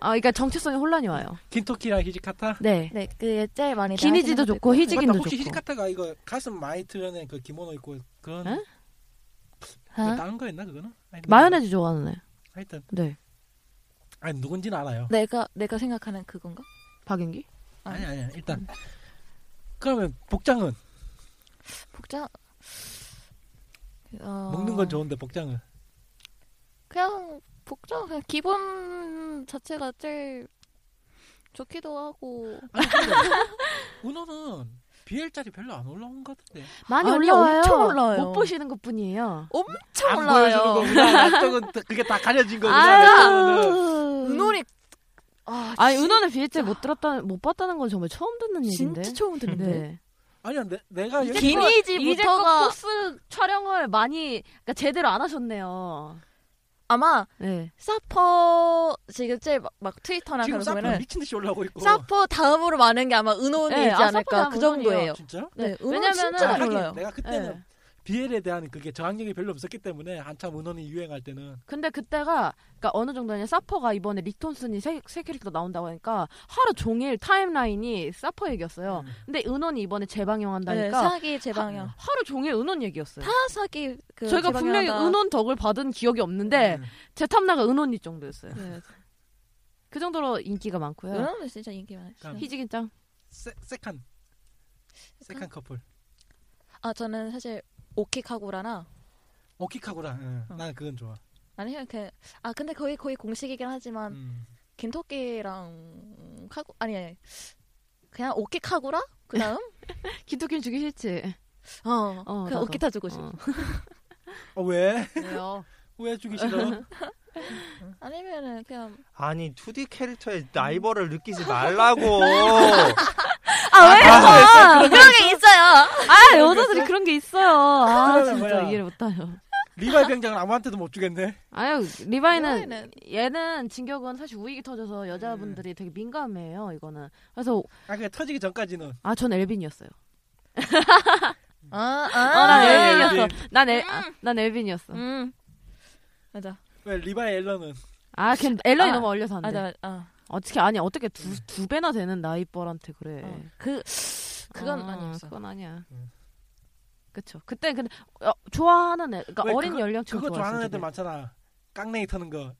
[SPEAKER 3] 아 그러니까 정체성에 혼란이 와요.
[SPEAKER 6] 긴토키랑 히지카타.
[SPEAKER 3] 네.
[SPEAKER 7] 네, 그게 제일 많이
[SPEAKER 3] 기니지도
[SPEAKER 7] 하시는
[SPEAKER 3] 좋고
[SPEAKER 7] 분들.
[SPEAKER 3] 히지긴도
[SPEAKER 6] 맞다, 혹시
[SPEAKER 3] 좋고.
[SPEAKER 6] 히지카타가 이거 가슴 많이 드러낸 그 기모노 입고 그런
[SPEAKER 3] 에?
[SPEAKER 6] 그
[SPEAKER 7] 아,
[SPEAKER 6] 다른 거였나 그거는? 하여튼
[SPEAKER 3] 어? 마요네즈 좋아하는 애.
[SPEAKER 6] 하여튼
[SPEAKER 3] 네.
[SPEAKER 6] 아니 누군지는 알아요.
[SPEAKER 7] 내가 내가 생각하는 그건가?
[SPEAKER 3] 박윤기?
[SPEAKER 6] 아니 아니 일단 그러면 복장은
[SPEAKER 7] 복장 어,
[SPEAKER 6] 먹는 건 좋은데 복장은
[SPEAKER 10] 그냥 복장, 그냥 기본 자체가 제일 좋기도 하고.
[SPEAKER 6] 아니 근데 은호는 BL짜리 별로 안 올라온 것 같은데
[SPEAKER 3] 많이
[SPEAKER 7] 아니,
[SPEAKER 3] 올라와요.
[SPEAKER 7] 엄청 올라와요.
[SPEAKER 3] 못 보시는 것 뿐이에요.
[SPEAKER 7] 음.
[SPEAKER 10] 엄청
[SPEAKER 6] 안 보여주는
[SPEAKER 3] 어.
[SPEAKER 10] 올라요.
[SPEAKER 6] 거구나 나쪽은 그게 다 가려진 거구나
[SPEAKER 3] 아유.
[SPEAKER 6] 는
[SPEAKER 10] 눈이 아,
[SPEAKER 3] 아니 은호는 비에체 못 들었다 못 봤다는 건 정말 처음 듣는 얘기인데.
[SPEAKER 10] 진짜 처음 듣는데.
[SPEAKER 3] 네.
[SPEAKER 6] 아니야 내, 내가 여기-
[SPEAKER 10] 기니지부터가
[SPEAKER 3] 코스 촬영을 많이 그러니까 제대로 안 하셨네요.
[SPEAKER 7] 아마
[SPEAKER 3] 네.
[SPEAKER 7] 사퍼 지금 제일 막, 막 트위터나
[SPEAKER 6] 지금
[SPEAKER 7] 그런
[SPEAKER 6] 사표
[SPEAKER 7] 보면은
[SPEAKER 6] 미친 듯이 올라오고 있고
[SPEAKER 7] 사퍼 다음으로 많은 게 아마 은혼이지
[SPEAKER 3] 네, 아, 사퍼
[SPEAKER 7] 않을까
[SPEAKER 3] 다음
[SPEAKER 7] 그
[SPEAKER 3] 은혼이에요.
[SPEAKER 7] 정도예요.
[SPEAKER 6] 진짜? 아,
[SPEAKER 7] 네, 은혼
[SPEAKER 3] 왜냐면은
[SPEAKER 7] 진짜
[SPEAKER 6] 하긴
[SPEAKER 7] 많이 올라요.
[SPEAKER 6] 내가 그때는
[SPEAKER 3] 네.
[SPEAKER 6] BL에 대한 그게 저항력이 별로 없었기 때문에 한참 은혼이 유행할 때는
[SPEAKER 3] 근데 그때가 그러니까 어느 정도냐 사퍼가 이번에 리톤슨이 새, 새 캐릭터 나온다고 하니까 하루 종일 타임라인이 사퍼 얘기였어요.
[SPEAKER 6] 음.
[SPEAKER 3] 근데 은원이 이번에
[SPEAKER 7] 네,
[SPEAKER 3] 재방영한다니까
[SPEAKER 7] 사기 재방향.
[SPEAKER 3] 하루 종일 은원 얘기였어요.
[SPEAKER 7] 다 사기 그
[SPEAKER 3] 저희가 분명히
[SPEAKER 7] 재방향하다.
[SPEAKER 3] 은원 덕을 받은
[SPEAKER 6] 음.
[SPEAKER 3] 기억이
[SPEAKER 6] 네.
[SPEAKER 3] 없는데 제 탐나가 은원이 정도였어요.
[SPEAKER 7] 네.
[SPEAKER 3] 그 정도로 인기가 많고요.
[SPEAKER 7] 은혼은 진짜 인기 많아요.
[SPEAKER 3] 희지긴 짱.
[SPEAKER 6] 세, 세칸 세칸 커플
[SPEAKER 7] 아 저는 사실 오키카고라나
[SPEAKER 6] 오키카구라 응.
[SPEAKER 7] 어.
[SPEAKER 6] 나는 그건 좋아
[SPEAKER 7] 아니면 그아 근데 거의 거의 공식이긴 하지만
[SPEAKER 6] 음.
[SPEAKER 7] 긴토끼랑 카고 아니 아니 그냥 오키카고라 그다음
[SPEAKER 3] 기토킨 주기 싫지.
[SPEAKER 7] 어,
[SPEAKER 3] 어,
[SPEAKER 7] 그냥
[SPEAKER 3] 나도.
[SPEAKER 7] 오키타 주고 싶어
[SPEAKER 3] 어.
[SPEAKER 6] 어, 왜?
[SPEAKER 3] 왜요?
[SPEAKER 6] 왜 주기 싫어?
[SPEAKER 10] 아니면은 그냥
[SPEAKER 8] 아니 2D 캐릭터의 라이벌을 느끼지 말라고.
[SPEAKER 9] 아, 왜?
[SPEAKER 10] 그런 게 있어요.
[SPEAKER 9] 아, 여자들이 그런 게 있어요. 아,
[SPEAKER 6] 그러면
[SPEAKER 9] 진짜
[SPEAKER 6] 뭐야?
[SPEAKER 9] 이해를 못해요.
[SPEAKER 6] 리바이 병장은 아무한테도 못 주겠네.
[SPEAKER 3] 아유 리바이는
[SPEAKER 10] 리바이는-
[SPEAKER 3] 얘는 진격은 사실 우익이 터져서 여자분들이 되게 민감해요 이거는 그래서
[SPEAKER 6] 아 그게 터지기 전까지는.
[SPEAKER 3] 아 전 엘빈이었어요
[SPEAKER 10] 아,
[SPEAKER 3] 아, 난
[SPEAKER 10] 아,
[SPEAKER 6] 네.
[SPEAKER 3] 엘빈이었어 난, 엘, 아, 난 엘빈이었어
[SPEAKER 10] 음. 맞아.
[SPEAKER 6] 왜 리바이 앨런은
[SPEAKER 3] 아 걔 엘런이
[SPEAKER 7] 아,
[SPEAKER 3] 너무 얼려서 안돼
[SPEAKER 7] 맞아, 맞아. 아,
[SPEAKER 3] 어떻게 아니 어떻게 두, 두 배나 되는 나이뻘한테 그래
[SPEAKER 7] 어. 그 그건
[SPEAKER 3] 아,
[SPEAKER 7] 아니었어.
[SPEAKER 3] 그건 아니야
[SPEAKER 6] 음.
[SPEAKER 3] 그쵸 그때 근데 어, 좋아하는 애 그러니까
[SPEAKER 6] 왜
[SPEAKER 3] 어린
[SPEAKER 6] 그거-
[SPEAKER 3] 연령층
[SPEAKER 6] 그거 좋아하는 애들 많잖아. 깡냉이 터는 거.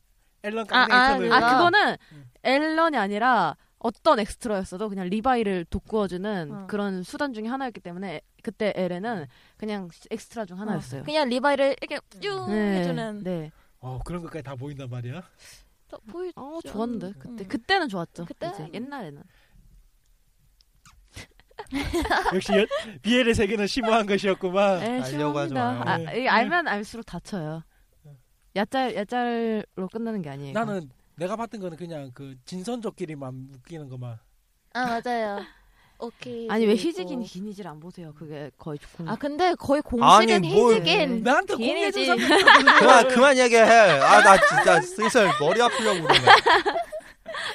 [SPEAKER 6] 앨런 깡냉이
[SPEAKER 10] 아,
[SPEAKER 6] 터는
[SPEAKER 10] 아,
[SPEAKER 6] 거.
[SPEAKER 3] 아 그거는
[SPEAKER 6] 음.
[SPEAKER 3] 앨런이 아니라 어떤 엑스트라였어도 그냥 리바이를 돋구어주는
[SPEAKER 7] 어.
[SPEAKER 3] 그런 수단 중에 하나였기 때문에 그때 엘에는 그냥 엑스트라 중 하나였어요.
[SPEAKER 10] 그냥 리바이를 이렇게
[SPEAKER 7] 그
[SPEAKER 10] 쭉
[SPEAKER 3] 네,
[SPEAKER 10] 해주는.
[SPEAKER 3] 네.
[SPEAKER 6] 어 그런 것까지 다 보인단 말이야.
[SPEAKER 10] 더 보이.
[SPEAKER 3] 어 좋았는데 그때
[SPEAKER 10] 음.
[SPEAKER 3] 그때는 좋았죠.
[SPEAKER 10] 그때는-
[SPEAKER 3] 이제 옛날에는
[SPEAKER 6] 역시 여, 비엘의 세계는 심오한 것이었구만.
[SPEAKER 3] 에
[SPEAKER 8] 알려고 하지
[SPEAKER 3] 심합니다. 네, 아,
[SPEAKER 6] 아, 마요.
[SPEAKER 3] 이 알면 알수록 다쳐요. 야짤 야짤로 끝나는 게 아니에요.
[SPEAKER 6] 나는 내가 봤던 거는 그냥 그 진선조끼리만 웃기는 거만.
[SPEAKER 10] 아 맞아요. 오케이.
[SPEAKER 3] 아니
[SPEAKER 6] 어.
[SPEAKER 3] 왜 희지긴 기니질 안 보세요? 그게 거의 그 좋고.
[SPEAKER 10] 아 근데 거의 공식은
[SPEAKER 8] 아니, 뭘-
[SPEAKER 3] 음,
[SPEAKER 10] 희지긴.
[SPEAKER 6] 나한테 공개해준
[SPEAKER 10] 기니지.
[SPEAKER 3] 아,
[SPEAKER 8] 그만 그만 얘기해. 아 나 진짜 슬슬 머리 아프려고 그러네.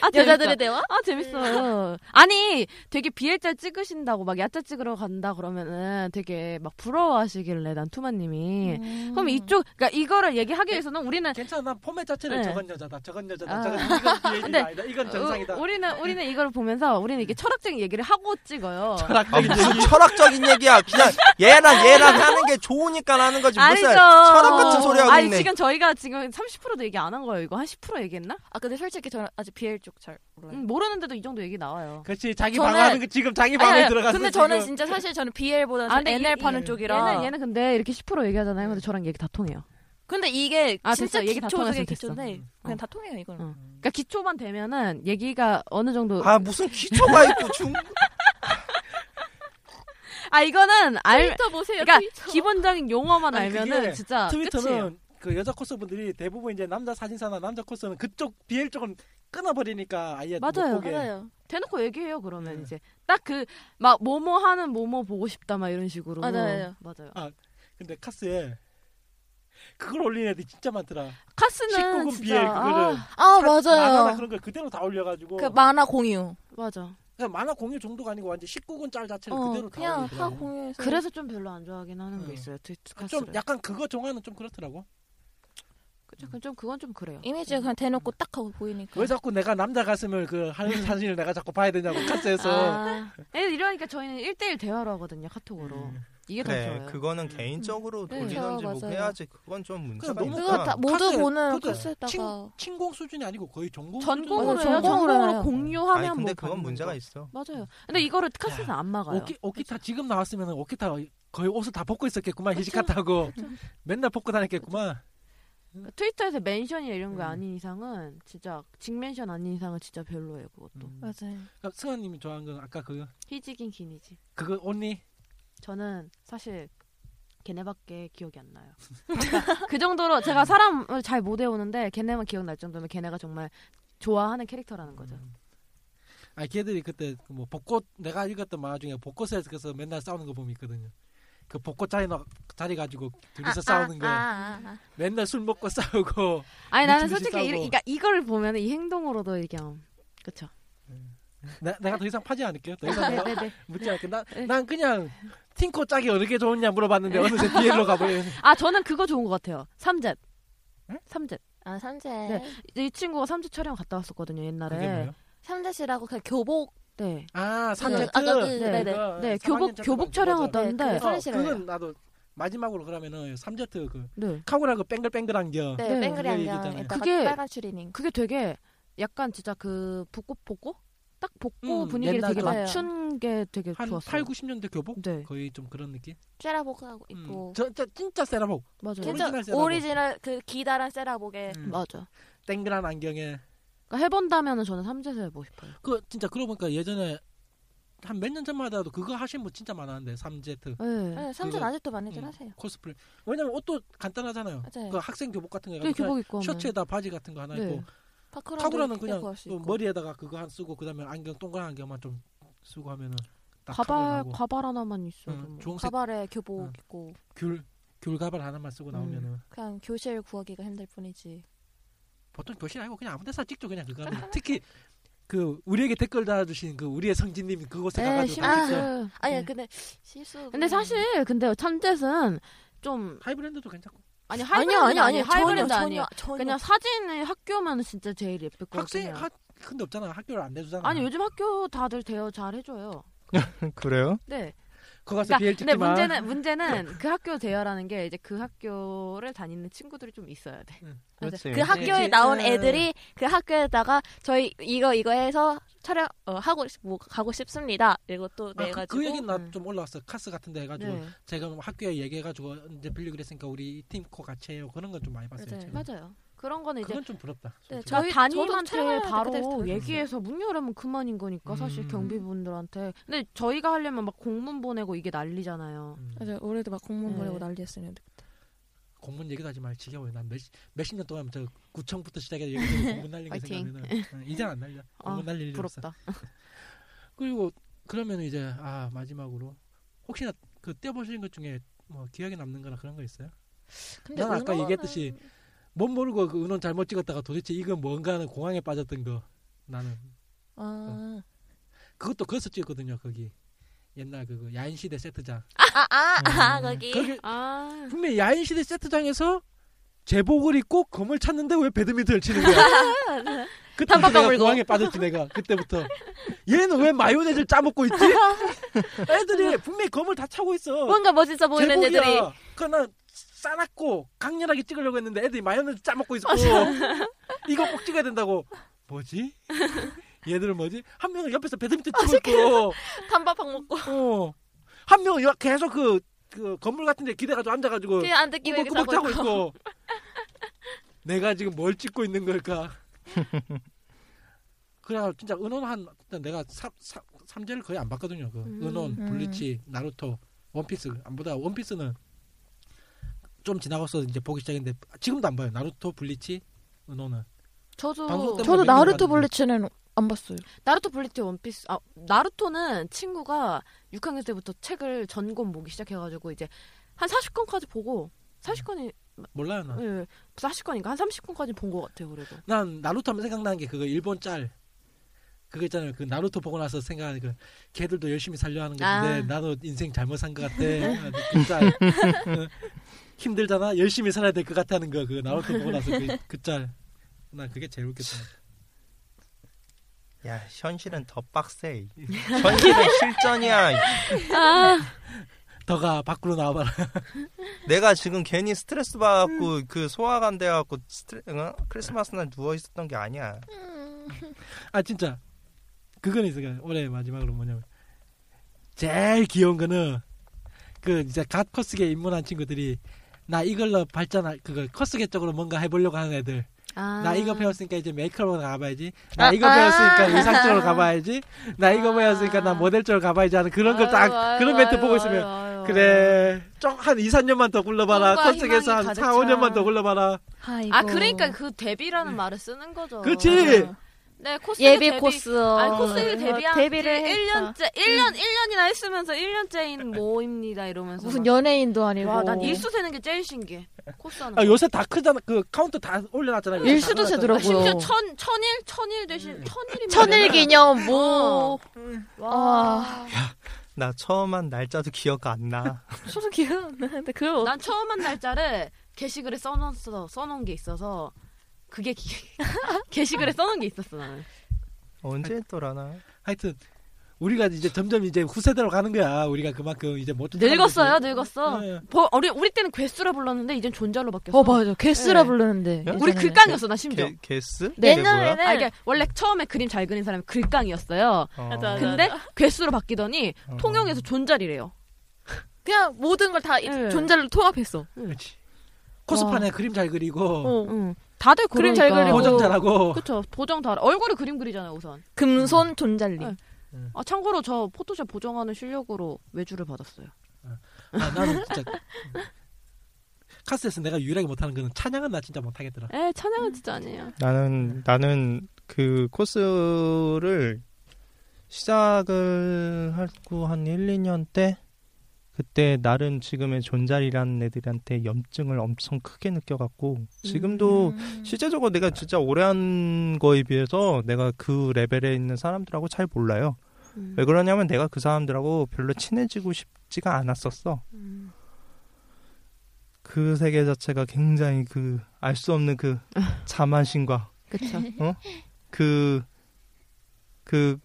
[SPEAKER 3] 아,
[SPEAKER 10] 여자들의 대화?
[SPEAKER 3] 아
[SPEAKER 6] 네.
[SPEAKER 3] 재밌어요. 아니 되게 비엘짤 찍으신다고 막 야짤 찍으러 간다 그러면은 되게 막 부러워하시길래 난 투마님이 예.
[SPEAKER 6] 음.
[SPEAKER 7] 음.
[SPEAKER 3] 그럼 이쪽 그러니까 이거를 얘기하기 위해서는 우리는
[SPEAKER 6] 괜찮아 난 포맷 자체를
[SPEAKER 3] 네.
[SPEAKER 6] 저건 여자다 저건 여자다
[SPEAKER 3] 아.
[SPEAKER 6] 저건 이건 비엘이
[SPEAKER 3] 근데
[SPEAKER 6] 아니다 이건 네. 정상이다. 네.
[SPEAKER 3] 어, 우리는 우리는 이거를 보면서 우리는 이게 철학적인 얘기를 하고 찍어요.
[SPEAKER 8] 아, 무슨 철학적인 얘기야. 그냥 얘랑 얘랑 하는 게 좋으니까 하는 거지. 무슨
[SPEAKER 3] 아니죠.
[SPEAKER 8] 철학 같은 소리 하고
[SPEAKER 3] 아니
[SPEAKER 8] 있네.
[SPEAKER 3] 지금 저희가 지금 30%도 얘기 안 한 거예요. 이거 한 10% 얘기했나?
[SPEAKER 10] 아 근데 솔직히 저는 아직 BL 쪽 잘 몰라요.
[SPEAKER 3] 음, 모르는데도 이 정도 얘기 나와요.
[SPEAKER 6] 그렇지 자기
[SPEAKER 10] 저는-
[SPEAKER 6] 방어하는 거 지금 자기 방어에
[SPEAKER 10] 아니, 아니,
[SPEAKER 6] 들어갔어.
[SPEAKER 10] 근데
[SPEAKER 6] 지금.
[SPEAKER 10] 저는 진짜 사실 저는 BL보다는
[SPEAKER 3] 아, 근데
[SPEAKER 10] NL
[SPEAKER 3] 이-
[SPEAKER 10] 파는
[SPEAKER 3] 이-
[SPEAKER 10] 쪽이라.
[SPEAKER 3] 얘는 얘는 근데 이렇게 10% 얘기하잖아요. 근데 저랑 얘기 다 통해요.
[SPEAKER 10] 근데 이게
[SPEAKER 3] 아,
[SPEAKER 10] 진짜
[SPEAKER 3] 됐어. 얘기 다
[SPEAKER 10] 기초
[SPEAKER 3] 통해서
[SPEAKER 10] 중에
[SPEAKER 3] 됐어.
[SPEAKER 10] 기초인데 그냥
[SPEAKER 3] 어.
[SPEAKER 10] 다 통해요 이거는.
[SPEAKER 3] 어. 그러니까 기초만 되면은 얘기가 어느 정도 아,
[SPEAKER 8] 아 무슨 기초가 있고 중.
[SPEAKER 3] 그렇죠, 아, 이거는 알
[SPEAKER 10] 트위터 보세요.
[SPEAKER 3] 그러니까
[SPEAKER 10] 트위터.
[SPEAKER 3] 기본적인 용어만
[SPEAKER 6] 아니, 그게
[SPEAKER 3] 알면은 진짜 끝이에요.
[SPEAKER 6] 트위터는 그 여자 코스분들이 대부분 이제 남자 사진사나 남자 코스는 그쪽 BL 쪽은 끊어버리니까 아예 못
[SPEAKER 3] 맞아요.
[SPEAKER 6] 보게.
[SPEAKER 10] 맞아요.
[SPEAKER 3] 대놓고 얘기해요 그러면
[SPEAKER 6] 네.
[SPEAKER 3] 이제 딱 그 막 뭐뭐 하는 뭐뭐 보고 싶다 막 이런 식으로
[SPEAKER 10] 맞아요.
[SPEAKER 3] 맞아요.
[SPEAKER 6] 근데 카스에 그걸 올리는 애들이 진짜 많더라.
[SPEAKER 3] 카스는
[SPEAKER 6] 19금
[SPEAKER 3] 진짜
[SPEAKER 6] BL 그거를
[SPEAKER 3] 아,
[SPEAKER 10] 아
[SPEAKER 6] 만화나
[SPEAKER 10] 맞아요.
[SPEAKER 6] 그런 걸 그대로 다 올려가지고
[SPEAKER 10] 그 만화 공유.
[SPEAKER 3] 맞아.
[SPEAKER 6] 그냥 만화 공유 정도가 아니고 완전 19금 짤 자체를
[SPEAKER 10] 어,
[SPEAKER 6] 그대로 다
[SPEAKER 10] 그냥 다
[SPEAKER 6] 올리더라고.
[SPEAKER 10] 공유해서.
[SPEAKER 3] 그래서 좀 별로 안 좋아하긴 하는 게
[SPEAKER 6] 응.
[SPEAKER 3] 있어요. 트위터
[SPEAKER 6] 좀
[SPEAKER 3] 카스를.
[SPEAKER 6] 약간 그거 정하는 좀 그렇더라고.
[SPEAKER 3] 약간 좀 그건 좀 그래요.
[SPEAKER 10] 이미지 그냥 대놓고 딱 하고 보이니까.
[SPEAKER 6] 왜 자꾸 내가 남자 가슴을 그
[SPEAKER 10] 네.
[SPEAKER 6] 하는 사진을 내가 자꾸 봐야 되냐고 카스에서.
[SPEAKER 3] 아, 애들 이러니까 저희는 1대1 대화로 하거든요 카톡으로.
[SPEAKER 6] 음.
[SPEAKER 3] 이게 더
[SPEAKER 8] 네, 그래
[SPEAKER 3] 좋아요.
[SPEAKER 8] 그거는 개인적으로
[SPEAKER 3] 네.
[SPEAKER 8] 돌리던지
[SPEAKER 10] 그렇죠,
[SPEAKER 8] 뭐
[SPEAKER 10] 맞아요.
[SPEAKER 8] 해야지 그건 좀 문제가
[SPEAKER 6] 너무
[SPEAKER 8] 있다.
[SPEAKER 10] 그거 다
[SPEAKER 3] 뭐
[SPEAKER 10] 모두
[SPEAKER 6] 카스에-
[SPEAKER 10] 보는
[SPEAKER 6] 그거
[SPEAKER 10] 카스에다가.
[SPEAKER 6] 친- 친공 수준이 아니고 거의 전공
[SPEAKER 3] 전공으로
[SPEAKER 10] 맞아요,
[SPEAKER 3] 해요.
[SPEAKER 10] 전공으로
[SPEAKER 3] 전공으로
[SPEAKER 10] 해요.
[SPEAKER 3] 공유하면
[SPEAKER 8] 아니 근데
[SPEAKER 3] 뭐
[SPEAKER 8] 그건
[SPEAKER 3] 받는
[SPEAKER 8] 문제가
[SPEAKER 3] 거.
[SPEAKER 8] 있어.
[SPEAKER 3] 맞아요. 근데 이거를 카스에서 안 막아요.
[SPEAKER 6] 오키, 오키타
[SPEAKER 10] 그렇죠.
[SPEAKER 6] 지금 나왔으면 오키타 거의 옷을 다 벗고 있었겠구만 히지카타고
[SPEAKER 10] 그렇죠.
[SPEAKER 6] 맨날 벗고 다녔겠구만
[SPEAKER 3] 그러니까 트위터에서 멘션이 이런 거
[SPEAKER 6] 음.
[SPEAKER 3] 아닌 이상은 진짜 직멘션 아닌 이상은 진짜 별로예요 그것도.
[SPEAKER 6] 음.
[SPEAKER 10] 그렇죠. 맞아요.
[SPEAKER 6] 그러니까 승아님이 좋아하는 건 아까 그
[SPEAKER 3] 희지긴 기니지.
[SPEAKER 6] 그거 언니
[SPEAKER 3] 저는 사실 걔네밖에 기억이 안 나요. 그러니까 그 정도로 제가 사람을 잘 못 외우는데 걔네만 기억날 정도면 걔네가 정말 좋아하는 캐릭터라는 거죠.
[SPEAKER 6] 아 걔들이 그때 그뭐 벚꽃 내가 읽었던 만화 중에 벚꽃에서 그래서 맨날 싸우는 거 보면 있거든요 그 벚꽃 자리 나- 자리 가지고
[SPEAKER 10] 아,
[SPEAKER 6] 둘이서 싸우는 거 맨날 술 먹고 싸우고
[SPEAKER 3] 아니 나는
[SPEAKER 6] 미친 듯이
[SPEAKER 3] 솔직히 이,
[SPEAKER 6] 싸우고.
[SPEAKER 3] 그러니까 이걸 보면 이 행동으로도 이렇게 음, 그쵸.
[SPEAKER 6] 내, 내가 더 이상 파지 않을게요 더 이상 내가
[SPEAKER 3] 아, 네네네. 네.
[SPEAKER 6] 묻지 않을게요 나- 난 그냥 팅코 짝이 어느 게 좋으냐 물어봤는데 어느새 비엘로 가버리는
[SPEAKER 3] 아 저는 그거 좋은 것 같아요. 삼젯. 삼젯.
[SPEAKER 10] 아 삼재.
[SPEAKER 3] 네. 이 친구가 삼젯 촬영 갔다 왔었거든요 옛날에.
[SPEAKER 6] 그게 뭐예요?
[SPEAKER 10] 삼재 씨라고 그냥 교복.
[SPEAKER 3] 네.
[SPEAKER 6] 아 삼제트
[SPEAKER 10] 아까 그- 네네.
[SPEAKER 6] 그거 삼학년
[SPEAKER 3] 네, 교복
[SPEAKER 6] 때 봤던
[SPEAKER 3] 교복
[SPEAKER 6] 거죠.
[SPEAKER 3] 촬영했다는데.
[SPEAKER 10] 네,
[SPEAKER 3] 네.
[SPEAKER 10] 그거
[SPEAKER 6] 어,
[SPEAKER 10] 손을 실어요.
[SPEAKER 6] 그건 나도 마지막으로 그러면은 3Z 그 카고라고 뱅글뱅글한 겨.
[SPEAKER 10] 네,
[SPEAKER 3] 네,
[SPEAKER 10] 뱅그리
[SPEAKER 6] 그거
[SPEAKER 10] 안경.
[SPEAKER 6] 얘기잖아요.
[SPEAKER 10] 에다가
[SPEAKER 3] 그게-
[SPEAKER 10] 빨간 추리닝.
[SPEAKER 3] 그게 되게 약간 진짜 그 벚꽃 벚꽃 딱 벚꽃
[SPEAKER 6] 음,
[SPEAKER 3] 분위기를
[SPEAKER 6] 옛날
[SPEAKER 3] 되게
[SPEAKER 10] 맞아요.
[SPEAKER 3] 맞춘 게 되게
[SPEAKER 6] 한
[SPEAKER 3] 좋았어요.
[SPEAKER 6] 8, 90년대 교복
[SPEAKER 3] 네
[SPEAKER 6] 거의 좀 그런 느낌.
[SPEAKER 10] 세라복하고
[SPEAKER 6] 음.
[SPEAKER 10] 입고.
[SPEAKER 6] 저, 저 진짜 세라복.
[SPEAKER 3] 맞아요.
[SPEAKER 6] 진짜-
[SPEAKER 10] 진짜
[SPEAKER 6] 오리지널 세라복.
[SPEAKER 10] 오리지널 그 기다란 세라복에.
[SPEAKER 6] 음.
[SPEAKER 3] 네, 맞아.
[SPEAKER 6] 땡글한 안경에.
[SPEAKER 3] 그러니까 해본다면은 저는 삼재서 해보고 싶어요.
[SPEAKER 6] 그 진짜 그러고 보니까 예전에 한 몇 년 전만 하더라도 그거 하신 분 진짜 많았는데 삼제트
[SPEAKER 3] 네.
[SPEAKER 10] 네, 삼촌
[SPEAKER 6] 그거-
[SPEAKER 10] 아직도 많이들
[SPEAKER 6] 음.
[SPEAKER 10] 하세요.
[SPEAKER 6] 코스프레. 왜냐면 옷도 간단하잖아요.
[SPEAKER 10] 맞아요.
[SPEAKER 6] 그 학생 교복 같은 거
[SPEAKER 3] 네,
[SPEAKER 6] 해가지고 그냥
[SPEAKER 3] 교복 입고 하면.
[SPEAKER 6] 셔츠에다 바지 같은 거 하나
[SPEAKER 3] 네.
[SPEAKER 6] 입고
[SPEAKER 10] 파크라도
[SPEAKER 6] 타구라는
[SPEAKER 10] 이렇게
[SPEAKER 6] 그냥
[SPEAKER 10] 구할 수
[SPEAKER 6] 또
[SPEAKER 10] 있고.
[SPEAKER 6] 머리에다가 그거 한 쓰고 그다음에 안경 동그란 안경만 좀 쓰고 하면은 딱
[SPEAKER 3] 가발
[SPEAKER 6] 하고. 음,
[SPEAKER 3] 가발 하나만 있어도
[SPEAKER 6] 응,
[SPEAKER 3] 뭐.
[SPEAKER 6] 주홍색
[SPEAKER 10] 가발에 교복
[SPEAKER 6] 응.
[SPEAKER 10] 입고
[SPEAKER 6] 귤 귤가발 하나만
[SPEAKER 3] 음.
[SPEAKER 6] 쓰고 나오면은
[SPEAKER 10] 그냥 교실 구하기가 힘들 뿐이지.
[SPEAKER 6] 보통 교실 아니고 그냥 아무데나 찍죠 그냥 그거 하면. 특히 그 우리에게 댓글 달아주신 그 우리의 성진님이 그곳에
[SPEAKER 3] 네,
[SPEAKER 6] 가가지고
[SPEAKER 3] 심지어.
[SPEAKER 6] 직접
[SPEAKER 10] 아니
[SPEAKER 3] 네.
[SPEAKER 10] 근데 실수. 음.
[SPEAKER 3] 근데 사실 근데 참젯은 좀
[SPEAKER 6] 하이브랜드도 괜찮고
[SPEAKER 3] 아니
[SPEAKER 10] 아니 아니 아니
[SPEAKER 3] 하이브랜드 아니에요.
[SPEAKER 10] 전혀
[SPEAKER 3] 하이브랜드
[SPEAKER 10] 전혀
[SPEAKER 3] 아니에요.
[SPEAKER 10] 전혀
[SPEAKER 3] 그냥 사진의 학교만 진짜 제일 예쁠 것
[SPEAKER 6] 학생
[SPEAKER 3] 같아요.
[SPEAKER 6] 하, 근데 없잖아 학교를 안 내주잖아.
[SPEAKER 3] 아니 요즘 학교 다들 대여 잘 해줘요.
[SPEAKER 8] 그래요?
[SPEAKER 3] 네.
[SPEAKER 6] 거 가서
[SPEAKER 3] 그러니까
[SPEAKER 6] 비엘
[SPEAKER 3] 근데
[SPEAKER 6] 찍지 마.
[SPEAKER 3] 문제는 문제는 그 학교 대여라는 게 이제 그 학교를 다니는 친구들이 좀 있어야 돼.
[SPEAKER 8] 그렇지.
[SPEAKER 10] 그 학교에
[SPEAKER 6] 그치.
[SPEAKER 10] 나온
[SPEAKER 6] 음.
[SPEAKER 10] 애들이 그 학교에다가 저희 이거 이거 해서 촬영 어, 하고 싶- 뭐 가고 싶습니다. 이거 또
[SPEAKER 6] 아, 그,
[SPEAKER 10] 내가지고
[SPEAKER 6] 그 얘기는
[SPEAKER 3] 음.
[SPEAKER 6] 나좀 올라왔어 카스 같은데 해가지고
[SPEAKER 3] 네.
[SPEAKER 6] 제가 뭐 학교에 얘기해가지고 이제 빌리고 그랬으니까 우리 팀코 같이 해요 그런 건 좀 많이 봤어요
[SPEAKER 10] 맞아요.
[SPEAKER 6] 제가.
[SPEAKER 3] 맞아요. 그런 거는 이제
[SPEAKER 6] 그건 좀 부럽다
[SPEAKER 10] 네,
[SPEAKER 6] 솔직히.
[SPEAKER 3] 나
[SPEAKER 10] 저희- 저도
[SPEAKER 3] 담임한테
[SPEAKER 10] 촬영할 때 그때
[SPEAKER 3] 바로
[SPEAKER 10] 했어요.
[SPEAKER 3] 얘기해서 문 열으면 그만인 거니까 사실
[SPEAKER 6] 음.
[SPEAKER 3] 경비분들한테. 근데 저희가 하려면 막 공문 보내고 이게 난리잖아요.
[SPEAKER 6] 음.
[SPEAKER 10] 맞아요. 올해도 막 공문
[SPEAKER 3] 네.
[SPEAKER 10] 보내고 난리였어요.
[SPEAKER 6] 공문 얘기도 하지 말 지겨워요 난 몇십 몇십 년 동안 저 구청부터 시작해서 여기저기 공문 날린 게
[SPEAKER 3] 화이팅.
[SPEAKER 6] 생각하면은 응, 이젠 안 날려 공문
[SPEAKER 3] 아,
[SPEAKER 6] 날릴 일이 없어
[SPEAKER 3] 부럽다.
[SPEAKER 6] 그리고 그러면 이제 아 마지막으로 혹시나 그 떼어보시는 것 중에 뭐 기억에 남는 거나 그런 거 있어요?
[SPEAKER 10] 근데
[SPEAKER 6] 난 아까
[SPEAKER 10] 은호는-
[SPEAKER 6] 얘기했듯이 못 모르고 그 은원 잘못 찍었다가 도대체 이건 뭔가 하는 공항에 빠졌던 거 나는
[SPEAKER 10] 아.
[SPEAKER 6] 그것도 거기서 찍었거든요 거기 옛날 그 야인시대 세트장
[SPEAKER 10] 아, 아, 아,
[SPEAKER 6] 음.
[SPEAKER 10] 거기.
[SPEAKER 6] 거기
[SPEAKER 3] 아.
[SPEAKER 6] 분명히 야인시대 세트장에서 제복을 입고 검을 찾는데 왜 배드민턴을 치는 거야 그때부터 내가 공항에 빠졌지 내가 그때부터 얘는 왜 마요네즈를 짜먹고 있지 애들이 분명히 검을 다 차고 있어
[SPEAKER 3] 뭐
[SPEAKER 10] 뭔가 멋있어 보이는
[SPEAKER 6] 제복이야.
[SPEAKER 10] 애들이.
[SPEAKER 6] 그러나 싸놨고 강렬하게 찍으려고 했는데 애들이 마요네즈 짜먹고
[SPEAKER 10] 아,
[SPEAKER 6] 있었고 이거 꼭 찍어야 된다고 뭐지? 얘들은 뭐지? 한 명은 옆에서 배드민턴 치고
[SPEAKER 10] 아,
[SPEAKER 6] 있고
[SPEAKER 10] 단밥빵 먹고
[SPEAKER 6] 어. 한 명은 여- 계속 그, 그 건물 같은 데 기대가지고 앉아가지고
[SPEAKER 10] 그냥 안 듣기 왜 이렇게
[SPEAKER 6] 꾸벅꾸벅
[SPEAKER 10] 자고
[SPEAKER 6] 어, 하고
[SPEAKER 10] 있고.
[SPEAKER 6] 있고 내가 지금 뭘 찍고 있는 걸까 그래 진짜 은혼 한 일단 내가 삼, 삼, 삼재를 거의 안 봤거든요 그
[SPEAKER 3] 음.
[SPEAKER 6] 은혼
[SPEAKER 7] 음.
[SPEAKER 6] 블리치 나루토 원피스 안 보다 원피스는 좀 지나고서 이제 보기 시작했는데 지금도 안 봐요 나루토 블리치 은혼은 방송
[SPEAKER 3] 저도
[SPEAKER 6] 때문에
[SPEAKER 3] 저도
[SPEAKER 6] 맨날 봤는데.
[SPEAKER 10] 블리츠는 안 봤어요.
[SPEAKER 3] 나루토 블리츠 원피스 아 나루토는 친구가 6학년 때부터 책을 전권 보기 시작해가지고 이제 한 40권까지 보고 40권이
[SPEAKER 6] 몰라요 나.
[SPEAKER 3] 예, 40권인가 한 30권까지 본 것 같아요 그래도
[SPEAKER 6] 난 나루토 하면 생각나는 게 그거 일본 짤 그거 있잖아요 그 나루토 보고 나서 생각하는 그 걔들도 열심히 살려 하는 건데
[SPEAKER 3] 아.
[SPEAKER 6] 나도 인생 잘못 산 것 같아 그짤 어. 힘들잖아 열심히 살아야 될 것 같다는 거 그 나루토 보고 나서 그짤난 그게 제일 웃겼다
[SPEAKER 8] 야 현실은 더 빡세. 현실은 실전이야.
[SPEAKER 3] 아.
[SPEAKER 6] 더가 밖으로 나와봐라
[SPEAKER 8] 내가 지금 괜히 스트레스 받고
[SPEAKER 3] 음.
[SPEAKER 8] 그 소화가 안 돼갖고 스트레... 어? 크리스마스 날 누워 있었던 게 아니야.
[SPEAKER 10] 음.
[SPEAKER 6] 아 진짜 그건 있어요 올해 마지막으로 뭐냐면 제일 귀여운 거는 그 이제 갓 커스게 입문한 친구들이 나 이걸로 발전할 그거 커스게 쪽으로 뭔가 해보려고 하는 애들
[SPEAKER 3] 아.
[SPEAKER 6] 나 이거 배웠으니까 이제 메이크업으로 가봐야지. 나
[SPEAKER 10] 아,
[SPEAKER 6] 이거
[SPEAKER 10] 아.
[SPEAKER 6] 배웠으니까 의상 쪽으로 가봐야지. 나
[SPEAKER 3] 아.
[SPEAKER 6] 이거 배웠으니까 나 모델 쪽으로 가봐야지 하는 그런 걸 딱 그런 멘트 보고 있으면 그래 쪽한 2, 3년만 더 굴러봐라.
[SPEAKER 3] 뭔가
[SPEAKER 6] 컨셉에서
[SPEAKER 3] 희망이
[SPEAKER 6] 한 4,
[SPEAKER 3] 가득 차.
[SPEAKER 6] 5년만 더 굴러봐라.
[SPEAKER 7] 아이고.
[SPEAKER 3] 아 그러니까 그 데뷔라는 말을 쓰는 거죠
[SPEAKER 6] 그렇지.
[SPEAKER 3] 네 코스
[SPEAKER 7] 예비
[SPEAKER 3] 데뷔.
[SPEAKER 7] 코스.
[SPEAKER 3] 아니 코스에 데뷔한
[SPEAKER 9] 데뷔를
[SPEAKER 3] 지 1년째 1년 1년이나 했으면서 1년째인 모입니다 이러면서
[SPEAKER 9] 무슨
[SPEAKER 3] 막.
[SPEAKER 9] 연예인도 아니고.
[SPEAKER 3] 와, 난 일수 세는 게 제일 신기해. 코스 하는
[SPEAKER 6] 아,
[SPEAKER 3] 거.
[SPEAKER 6] 요새 다 크잖아. 그 카운터 다 올려놨잖아요. 요새
[SPEAKER 9] 일수도
[SPEAKER 6] 다
[SPEAKER 9] 세더라고요.
[SPEAKER 3] 심지어
[SPEAKER 7] 뭐.
[SPEAKER 3] 천, 천일? 천일 대신
[SPEAKER 6] 음.
[SPEAKER 3] 천일이면.
[SPEAKER 9] 천일 기념 뭐. 아,
[SPEAKER 3] 어. 와.
[SPEAKER 8] 나 처음 한 날짜도 기억 안 나.
[SPEAKER 10] 저도 기억나는데 그걸 어-
[SPEAKER 3] 난 처음 한 날짜를 게시글에 써놓았어, 써놓은 게 있어서. 그게 기... 게시글에 써놓은 게 있었어, 나는.
[SPEAKER 8] 언제 했더라 나.
[SPEAKER 6] 하여튼 우리가 이제 점점 이제 후세대로 가는 거야. 우리가 그만큼 이제 못
[SPEAKER 3] 늙었어요, 늙었어.
[SPEAKER 6] 네.
[SPEAKER 3] 버- 우리, 우리 때는 괴수라 불렀는데, 이젠 존잘로 바뀌었어.
[SPEAKER 9] 어 맞아. 개수라
[SPEAKER 3] 네.
[SPEAKER 9] 부르는데.
[SPEAKER 8] 예?
[SPEAKER 3] 우리
[SPEAKER 9] 예전에는.
[SPEAKER 3] 글깡이었어, 나 심지어.
[SPEAKER 8] 게, 게스?
[SPEAKER 9] 네.
[SPEAKER 8] 그게 뭐야?
[SPEAKER 3] 아, 이게 원래 처음에 그림 잘 그린 사람이 글깡이었어요.
[SPEAKER 8] 어.
[SPEAKER 10] 맞아, 맞아.
[SPEAKER 3] 근데 괴수로 바뀌더니
[SPEAKER 8] 어.
[SPEAKER 3] 통영에서 존잘이래요.
[SPEAKER 9] 그냥 모든 걸 다
[SPEAKER 3] 예.
[SPEAKER 9] 존잘로 통합했어.
[SPEAKER 6] 그렇지. 코스판에
[SPEAKER 3] 어.
[SPEAKER 6] 그림 잘 그리고
[SPEAKER 9] 어.
[SPEAKER 3] 응. 다들
[SPEAKER 9] 그림
[SPEAKER 3] 그러니까.
[SPEAKER 9] 잘 그리고.
[SPEAKER 6] 보정 잘하고
[SPEAKER 3] 그쵸 보정 다 얼굴에 그림 그리잖아요 우선
[SPEAKER 6] 음.
[SPEAKER 9] 금손 존잘리.
[SPEAKER 3] 어. 아 참고로 저 포토샵 보정하는 실력으로 외주를 받았어요.
[SPEAKER 6] 아, 나는 진짜 음. 카스에서 내가 유일하게 못하는 거는 찬양은 나 진짜 못하겠더라.
[SPEAKER 3] 에 찬양은 진짜 아니에요.
[SPEAKER 8] 나는 나는 그 코스를 시작을 하고 한 1, 2년 때 그때 나름 지금의 존잘이라는 애들한테 염증을 엄청 크게 느껴갖고
[SPEAKER 7] 음.
[SPEAKER 8] 지금도
[SPEAKER 6] 음.
[SPEAKER 8] 실제적으로 내가 진짜 오래 한 거에 비해서 내가 그 레벨에 있는 사람들하고 잘 몰라요.
[SPEAKER 3] 음.
[SPEAKER 8] 왜 그러냐면 내가 그 사람들하고 별로 친해지고 싶지가 않았었어.
[SPEAKER 3] 음.
[SPEAKER 8] 그 세계 자체가 굉장히 그 알 수 없는 그 자만심과
[SPEAKER 3] 그쵸.
[SPEAKER 8] 그, 그,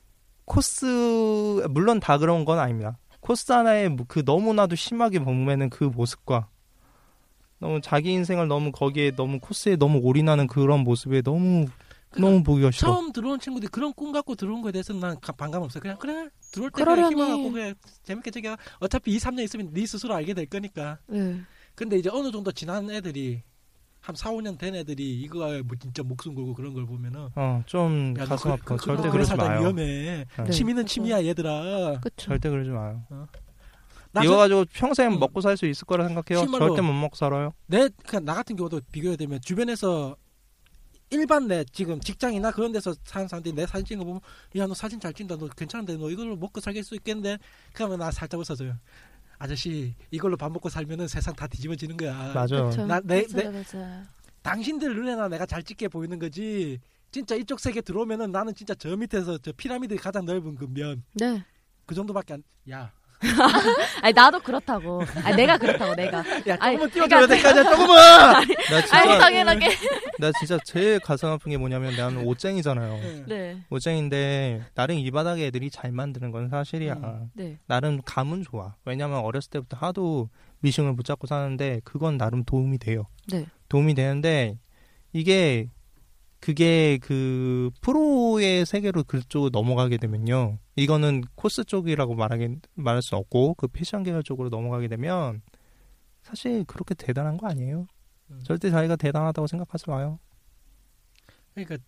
[SPEAKER 8] 코스, 물론 다 그런 건 아닙니다. 코스 하나에 뭐그 너무나도 심하게 범매는 그 모습과 너무 자기 인생을 너무 거기에 너무 코스에 너무 올인하는 그런 모습에 너무, 너무 보기가 싫어.
[SPEAKER 6] 처음 들어온 친구들이 그런 꿈 갖고 들어온 거에 대해서는 난 가- 반감 없어. 그냥 그래 들어올 때 그냥
[SPEAKER 3] 그러려니.
[SPEAKER 6] 희망하고 그냥 재밌게 즐겨. 어차피 2, 3년 있으면 네 스스로 알게 될 거니까.
[SPEAKER 3] 네.
[SPEAKER 6] 근데 이제 어느 정도 지난 애들이 한 4, 5년 된 애들이 이거에 뭐 진짜 목숨 걸고 그런 걸 보면은
[SPEAKER 8] 어, 좀
[SPEAKER 6] 야, 너
[SPEAKER 8] 가슴
[SPEAKER 6] 그-
[SPEAKER 8] 아파.
[SPEAKER 6] 그-
[SPEAKER 8] 절대
[SPEAKER 6] 그거
[SPEAKER 8] 그러지
[SPEAKER 6] 살다
[SPEAKER 8] 마요.
[SPEAKER 6] 위험해.
[SPEAKER 8] 네.
[SPEAKER 6] 취미는 취미야 얘들아.
[SPEAKER 3] 그쵸.
[SPEAKER 8] 절대 그러지 마요.
[SPEAKER 6] 나
[SPEAKER 8] 이거
[SPEAKER 6] 저-
[SPEAKER 8] 가지고 평생
[SPEAKER 6] 음.
[SPEAKER 8] 먹고 살 수 있을 거라 생각해요.
[SPEAKER 6] 정말로.
[SPEAKER 8] 절대 못 먹고 살아요.
[SPEAKER 6] 내, 그니까, 나 같은 경우도 비교해되면, 주변에서 일반 내 지금 직장이나 그런 데서 사는 사람들이 내 사진 찍은 거 보면, 야, 너 사진 잘 찍는다. 너 괜찮은데, 너 이걸로 먹고 살겠 수 있겠는데? 그러면 나 살짝 웃어줘요. 아저씨, 이걸로 밥 먹고 살면은 세상 다 뒤집어지는 거야.
[SPEAKER 8] 맞아요.
[SPEAKER 3] 그쵸.
[SPEAKER 6] 나, 내, 내,
[SPEAKER 9] 맞아.
[SPEAKER 6] 당신들 눈에나 내가 잘 찍게 보이는 거지. 진짜 이쪽 세계 들어오면은 나는 진짜 저 밑에서 저 피라미드 가장 넓은 그 면.
[SPEAKER 3] 네.
[SPEAKER 6] 그 정도밖에 안, 야.
[SPEAKER 3] 아니 나도 그렇다고. 아니 내가 그렇다고 내가.
[SPEAKER 6] 야,
[SPEAKER 3] 아니,
[SPEAKER 6] 조금만
[SPEAKER 3] 그러니까-
[SPEAKER 6] 뛰어들어야 될거 아니야, 조금만!
[SPEAKER 8] 나 진짜,
[SPEAKER 9] 당연하게.
[SPEAKER 3] 음.
[SPEAKER 8] 나 진짜 제일 가슴 아픈 게 뭐냐면 나는 옷쟁이잖아요.
[SPEAKER 6] 예.
[SPEAKER 3] 네.
[SPEAKER 8] 옷쟁인데 나름 이 바닥에 애들이 잘 만드는 건 사실이야.
[SPEAKER 6] 음,
[SPEAKER 3] 네.
[SPEAKER 8] 나름 감은 좋아. 왜냐면 어렸을 때부터 하도 미싱을 붙잡고 사는데 그건 나름 도움이 돼요.
[SPEAKER 3] 네.
[SPEAKER 8] 도움이 되는데 이게 그게 그 프로의 세계로 그쪽으로 넘어가게 되면요. 이거는 코스 쪽이라고 말하긴 말할 수 없고 그 패션 계열 쪽으로 넘어가게 되면 사실 그렇게 대단한 거 아니에요.
[SPEAKER 6] 음.
[SPEAKER 8] 절대 자기가 대단하다고 생각하지 마요.
[SPEAKER 6] 그러니까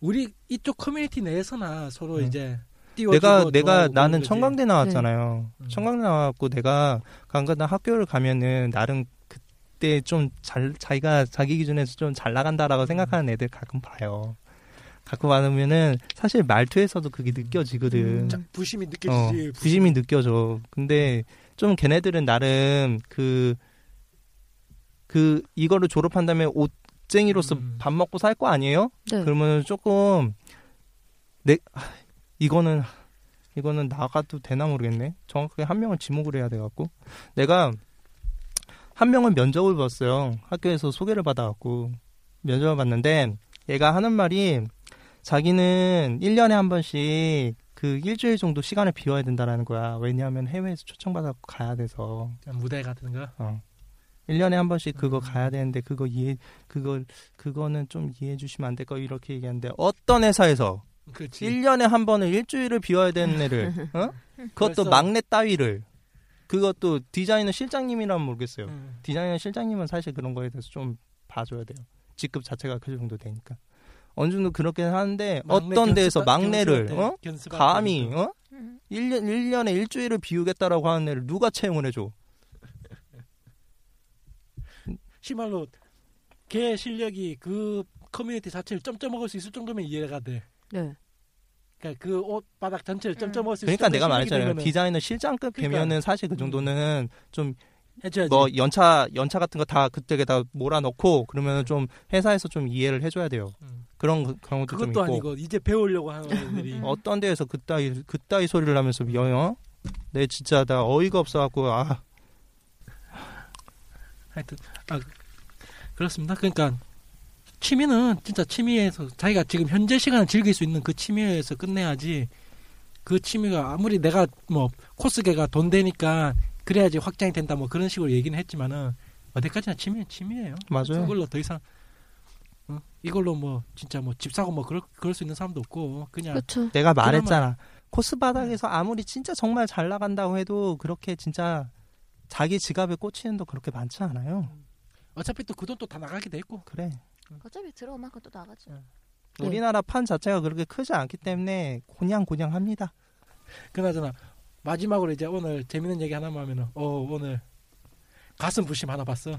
[SPEAKER 6] 우리 이쪽 커뮤니티 내에서나 서로
[SPEAKER 8] 네.
[SPEAKER 6] 이제 띄워주고
[SPEAKER 8] 내가 내가
[SPEAKER 6] 좋아하고
[SPEAKER 8] 나는
[SPEAKER 6] 그런 거지. 네.
[SPEAKER 8] 청강대 나왔잖아요.
[SPEAKER 6] 음.
[SPEAKER 8] 청강대 나왔고 내가 강가나 학교를 가면은 나름 그때 좀 잘 자기가 자기 기준에서 좀 잘
[SPEAKER 6] 음.
[SPEAKER 8] 나간다라고 생각하는 애들 가끔 봐요. 가끔 많으면은 사실 말투에서도 그게
[SPEAKER 6] 음.
[SPEAKER 8] 느껴지거든.
[SPEAKER 6] 자, 부심이
[SPEAKER 8] 어,
[SPEAKER 6] 느껴지지.
[SPEAKER 8] 부심이 느껴져. 근데 좀 걔네들은 나름 그, 그, 이거를 졸업한 다음에 옷쟁이로서
[SPEAKER 6] 음.
[SPEAKER 8] 밥 먹고 살 거 아니에요?
[SPEAKER 3] 네.
[SPEAKER 8] 그러면 조금, 내, 아, 이거는, 이거는 나가도 되나 모르겠네. 정확하게 한 명을 지목을 해야 돼갖고. 내가 한 명은 면접을 봤어요. 학교에서 소개를 받아갖고. 면접을 봤는데, 얘가 하는 말이, 자기는 1년에 한 번씩 그 일주일 정도 시간을 비워야 된다라는 거야. 왜냐하면 해외에서 초청받아서 가야 돼서.
[SPEAKER 6] 그냥 무대 같은 거.
[SPEAKER 8] 어. 1년에 한 번씩
[SPEAKER 6] 음.
[SPEAKER 8] 그거 가야 되는데 그거 이해 그걸 그거는 좀 이해해 주시면 안 될까 이렇게 얘기하는데 어떤 회사에서
[SPEAKER 6] 그렇지.
[SPEAKER 8] 1년에 한 번은 일주일을 비워야 되는 애를 어? 그것도
[SPEAKER 6] 벌써-
[SPEAKER 8] 막내 따위를 그것도 디자이너 실장님이라면 모르겠어요.
[SPEAKER 6] 음.
[SPEAKER 8] 디자이너 실장님은 사실 그런 거에 대해서 좀 봐줘야 돼요. 직급 자체가 그 정도 되니까. 어느 정도 그렇게 하는데
[SPEAKER 6] 막내
[SPEAKER 8] 어떤 데에서
[SPEAKER 6] 견습-
[SPEAKER 8] 막내를
[SPEAKER 6] 견습할 때,
[SPEAKER 8] 어?
[SPEAKER 6] 견습할 때
[SPEAKER 8] 감히
[SPEAKER 6] 그거.
[SPEAKER 8] 어? 1년, 1년에 일주일을 비우겠다라고 하는 애를 누가 채용을 해줘?
[SPEAKER 6] 시말로 걔 실력이 그 커뮤니티 자체를 점점 먹을 수 있을 정도면 이해가 돼.
[SPEAKER 3] 네.
[SPEAKER 6] 그러니까 그 옷바닥 전체를 점점 먹을 수 있을
[SPEAKER 8] 그러니까 내가
[SPEAKER 6] 정도의 실력이
[SPEAKER 8] 말했잖아요.
[SPEAKER 6] 되면은
[SPEAKER 8] 디자이너 실장급
[SPEAKER 6] 그러니까.
[SPEAKER 8] 되면은 사실 그 정도는
[SPEAKER 6] 해줘야지.
[SPEAKER 8] 좀 뭐 연차 연차 같은 거 다 그때에다 몰아넣고 그러면은 좀 회사에서 좀 이해를 해줘야 돼요.
[SPEAKER 6] 음.
[SPEAKER 8] 그런 거- 그런 것도 좀
[SPEAKER 6] 그것도
[SPEAKER 8] 있고
[SPEAKER 6] 아니고 이제 배우려고 하는 애들이
[SPEAKER 8] 어떤 데에서 그따위 그따위 소리를 하면서 미어요. 내 진짜 나 어이가 없어갖고 아
[SPEAKER 6] 하여튼 아 그렇습니다. 그러니까 취미는 진짜 취미에서 자기가 지금 현재 시간을 즐길 수 있는 그 취미에서 끝내야지 그 취미가 아무리 내가 뭐 코스계가 돈 되니까 그래야지 확장이 된다 뭐 그런 식으로 얘기는 했지만은 어디까지나 취미는 취미예요.
[SPEAKER 8] 맞아요.
[SPEAKER 6] 이걸로 더 이상 어, 이걸로 뭐 진짜 뭐 집 사고 뭐 그럴 그럴 수 있는 사람도 없고 그냥
[SPEAKER 3] 그렇죠.
[SPEAKER 8] 내가 말했잖아. 코스 바닥에서 아무리 진짜 정말 잘 나간다고 해도 그렇게 진짜 자기 지갑에 꽂히는 도 그렇게 많지 않아요.
[SPEAKER 6] 어차피 또 그 돈 또 다 나가게 돼 있고
[SPEAKER 8] 그래.
[SPEAKER 10] 어차피 들어온 만큼 또 나가죠.
[SPEAKER 3] 네.
[SPEAKER 8] 우리나라 판 자체가 그렇게 크지 않기 때문에 곤양곤양합니다.
[SPEAKER 6] 그나저나 마지막으로 이제 오늘 재밌는 얘기 하나만 하면은 어 오늘 가슴 부심 하나 봤어.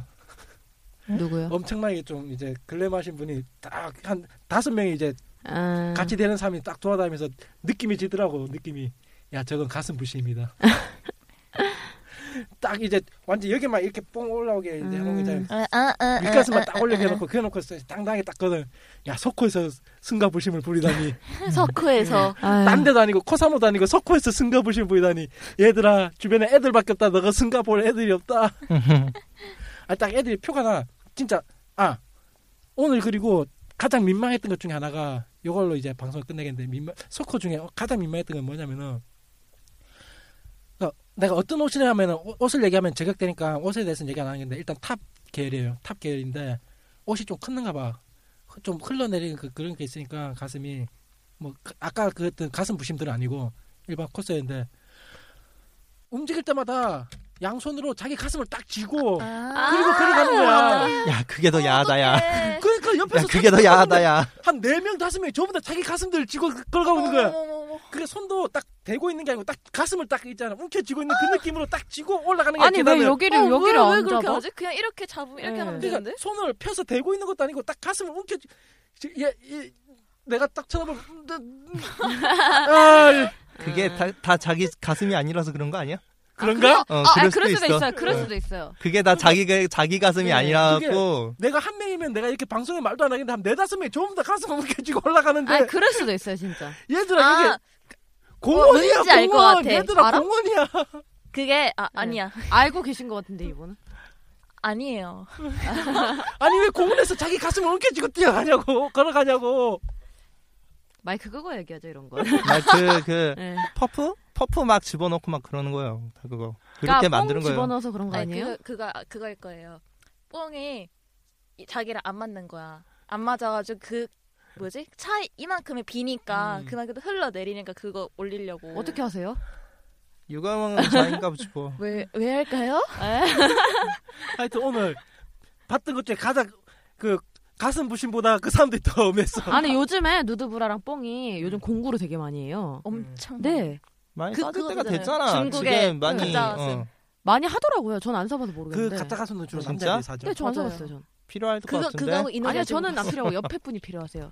[SPEAKER 3] 누구요?
[SPEAKER 6] 엄청나게 좀 이제 글램하신 분이 딱 한 다섯 명이 이제
[SPEAKER 3] 아,
[SPEAKER 6] 같이 되는 사람이 딱 돌아다니면서 느낌이 지더라고 느낌이 야 저건 가슴 부심이다. 딱 이제 완전 여기만 이렇게 뽕 올라오게 이제 해놓은 거 있잖아요.
[SPEAKER 9] 아,
[SPEAKER 6] 밑가슴만 딱 올려 해놓고 그래놓고 당당히 딱 거든 야 석호에서 승가 부심을 부리다니
[SPEAKER 10] 석호에서
[SPEAKER 3] 네. 아유.
[SPEAKER 6] 딴 데도 아니고 코사모도 아니고 석호에서 승가 부심 부리다니 얘들아 주변에 애들밖에 없다 너가 승가 볼 애들이 없다 아 딱 애들이 표가 나 진짜 아 오늘 그리고 가장 민망했던 것 중에 하나가 이걸로 이제 방송을 끝내겠는데 민망 소코 중에 가장 민망했던 건 뭐냐면은 그러니까 내가 어떤 옷이냐 하면은 옷- 옷을 얘기하면 제격되니까 옷에 대해서는 얘기 안 하는데 일단 탑 계열이에요 탑 계열인데 옷이 좀 컸는가 봐좀 흘러내리는 그, 런게 있으니까 가슴이 뭐 그- 아까 그 했던 가슴 부심들은 아니고 일반 코스였는데 움직일 때마다 양손으로 자기 가슴을 딱 쥐고
[SPEAKER 7] 아.
[SPEAKER 6] 그리고 걸어가는 거야.
[SPEAKER 8] 야 그게 더 야하다 야. 야
[SPEAKER 6] 그러니까 옆에서
[SPEAKER 8] 그게 더 야하다 야.
[SPEAKER 6] 한네 명 다섯 명이 전부 다 자기 가슴들을 쥐고 그- 걸어가고 있는 거야. 그래 손도 딱 대고 있는 게 아니고 딱 가슴을 딱 있잖아 움켜쥐고 있는 그 느낌으로 딱 쥐고 올라가는 게
[SPEAKER 3] 아니 왜
[SPEAKER 6] 계단을.
[SPEAKER 3] 여기를
[SPEAKER 10] 어,
[SPEAKER 3] 여기를
[SPEAKER 10] 왜, 왜
[SPEAKER 3] 안
[SPEAKER 10] 그렇게
[SPEAKER 3] 잡아?
[SPEAKER 10] 하지? 그냥 이렇게 잡으면 이렇게
[SPEAKER 3] 네.
[SPEAKER 10] 하면
[SPEAKER 6] 그러니까
[SPEAKER 10] 되는데?
[SPEAKER 6] 손을 펴서 대고 있는 것도 아니고 딱 가슴을 움켜쥐. 지- 얘, 얘, 내가 딱 쳐다보면 음, 나- 음. 아,
[SPEAKER 8] 그게 다, 다 자기 가슴이 아니라서 그런 거 아니야?
[SPEAKER 6] 그런가?
[SPEAKER 8] 어,
[SPEAKER 3] 아, 아니, 그럴 수도 있어요. 그럴
[SPEAKER 6] 어.
[SPEAKER 3] 수도 있어요.
[SPEAKER 8] 그게 다 자기 가- 자기 가슴이
[SPEAKER 3] 네,
[SPEAKER 8] 아니라고.
[SPEAKER 6] 내가 한 명이면 내가 이렇게 방송에 말도 안 하겠는데 한 네 다섯 명이 전부 다 가슴을 움켜쥐고 올라가는데
[SPEAKER 3] 아니 그럴 수도 있어요, 진짜.
[SPEAKER 6] 얘들아 이게
[SPEAKER 10] 아,
[SPEAKER 6] 공원이야
[SPEAKER 10] 뭔지 알것
[SPEAKER 6] 공원
[SPEAKER 10] 같아.
[SPEAKER 6] 얘들아
[SPEAKER 10] 알아?
[SPEAKER 6] 공원이야
[SPEAKER 10] 그게
[SPEAKER 9] 네.
[SPEAKER 10] 아, 아니야.
[SPEAKER 3] 알고 계신 것 같은데 이분은.
[SPEAKER 10] 아니에요.
[SPEAKER 6] 아니 왜 공원에서 자기 가슴을 움켜쥐고 뛰어가냐고 걸어가냐고
[SPEAKER 3] 마이크 끄고 얘기하죠 이런 거.
[SPEAKER 8] 막그그
[SPEAKER 3] 네.
[SPEAKER 8] 퍼프 퍼프 막 집어넣고 막 그러는 거예요. 다 그거
[SPEAKER 3] 그러니까
[SPEAKER 8] 그렇게 만드는
[SPEAKER 3] 뽕
[SPEAKER 8] 거예요.
[SPEAKER 3] 집어넣어서 그런 거
[SPEAKER 10] 아니,
[SPEAKER 3] 아니에요?
[SPEAKER 10] 그거, 그거, 아, 그거일 거예요. 뽕이 이- 자기랑 안 맞는 거야. 안 맞아가지고 그, 뭐지? 차이, 이만큼의 비니까
[SPEAKER 6] 음.
[SPEAKER 10] 그만큼 흘러내리니까 그거 올리려고.
[SPEAKER 3] 어떻게 하세요?
[SPEAKER 8] 유감은 자인가 뭐. 싶어.
[SPEAKER 10] 왜, 왜 할까요?
[SPEAKER 3] 음.
[SPEAKER 6] 하여튼 오늘 봤던 것 중에 가장 그 가슴 부심보다 그 사람들이 더 엄했어
[SPEAKER 3] 아니 요즘에 누드브라랑 뽕이 요즘 공구로 되게 많이 해요.
[SPEAKER 10] 엄청.
[SPEAKER 3] 네
[SPEAKER 8] 많이
[SPEAKER 10] 그-
[SPEAKER 8] 싸질
[SPEAKER 10] 그거
[SPEAKER 8] 때가
[SPEAKER 10] 그거잖아요.
[SPEAKER 8] 됐잖아.
[SPEAKER 10] 중국의
[SPEAKER 8] 지금 많이
[SPEAKER 10] 가짜
[SPEAKER 8] 어,
[SPEAKER 10] 가슴.
[SPEAKER 3] 많이 하더라고요. 전 안 사봐서
[SPEAKER 6] 그
[SPEAKER 3] 모르겠는데.
[SPEAKER 6] 가짜 가슴은 주로
[SPEAKER 8] 진짜?
[SPEAKER 6] 남자들이 사죠
[SPEAKER 3] 네, 저 안
[SPEAKER 10] 맞아요.
[SPEAKER 3] 사봤어요. 전.
[SPEAKER 8] 필요할 것
[SPEAKER 10] 그거,
[SPEAKER 8] 같은데.
[SPEAKER 10] 그거하고 이노래.
[SPEAKER 3] 아니요, 저는 안 필요하고 옆에 분이 필요하세요.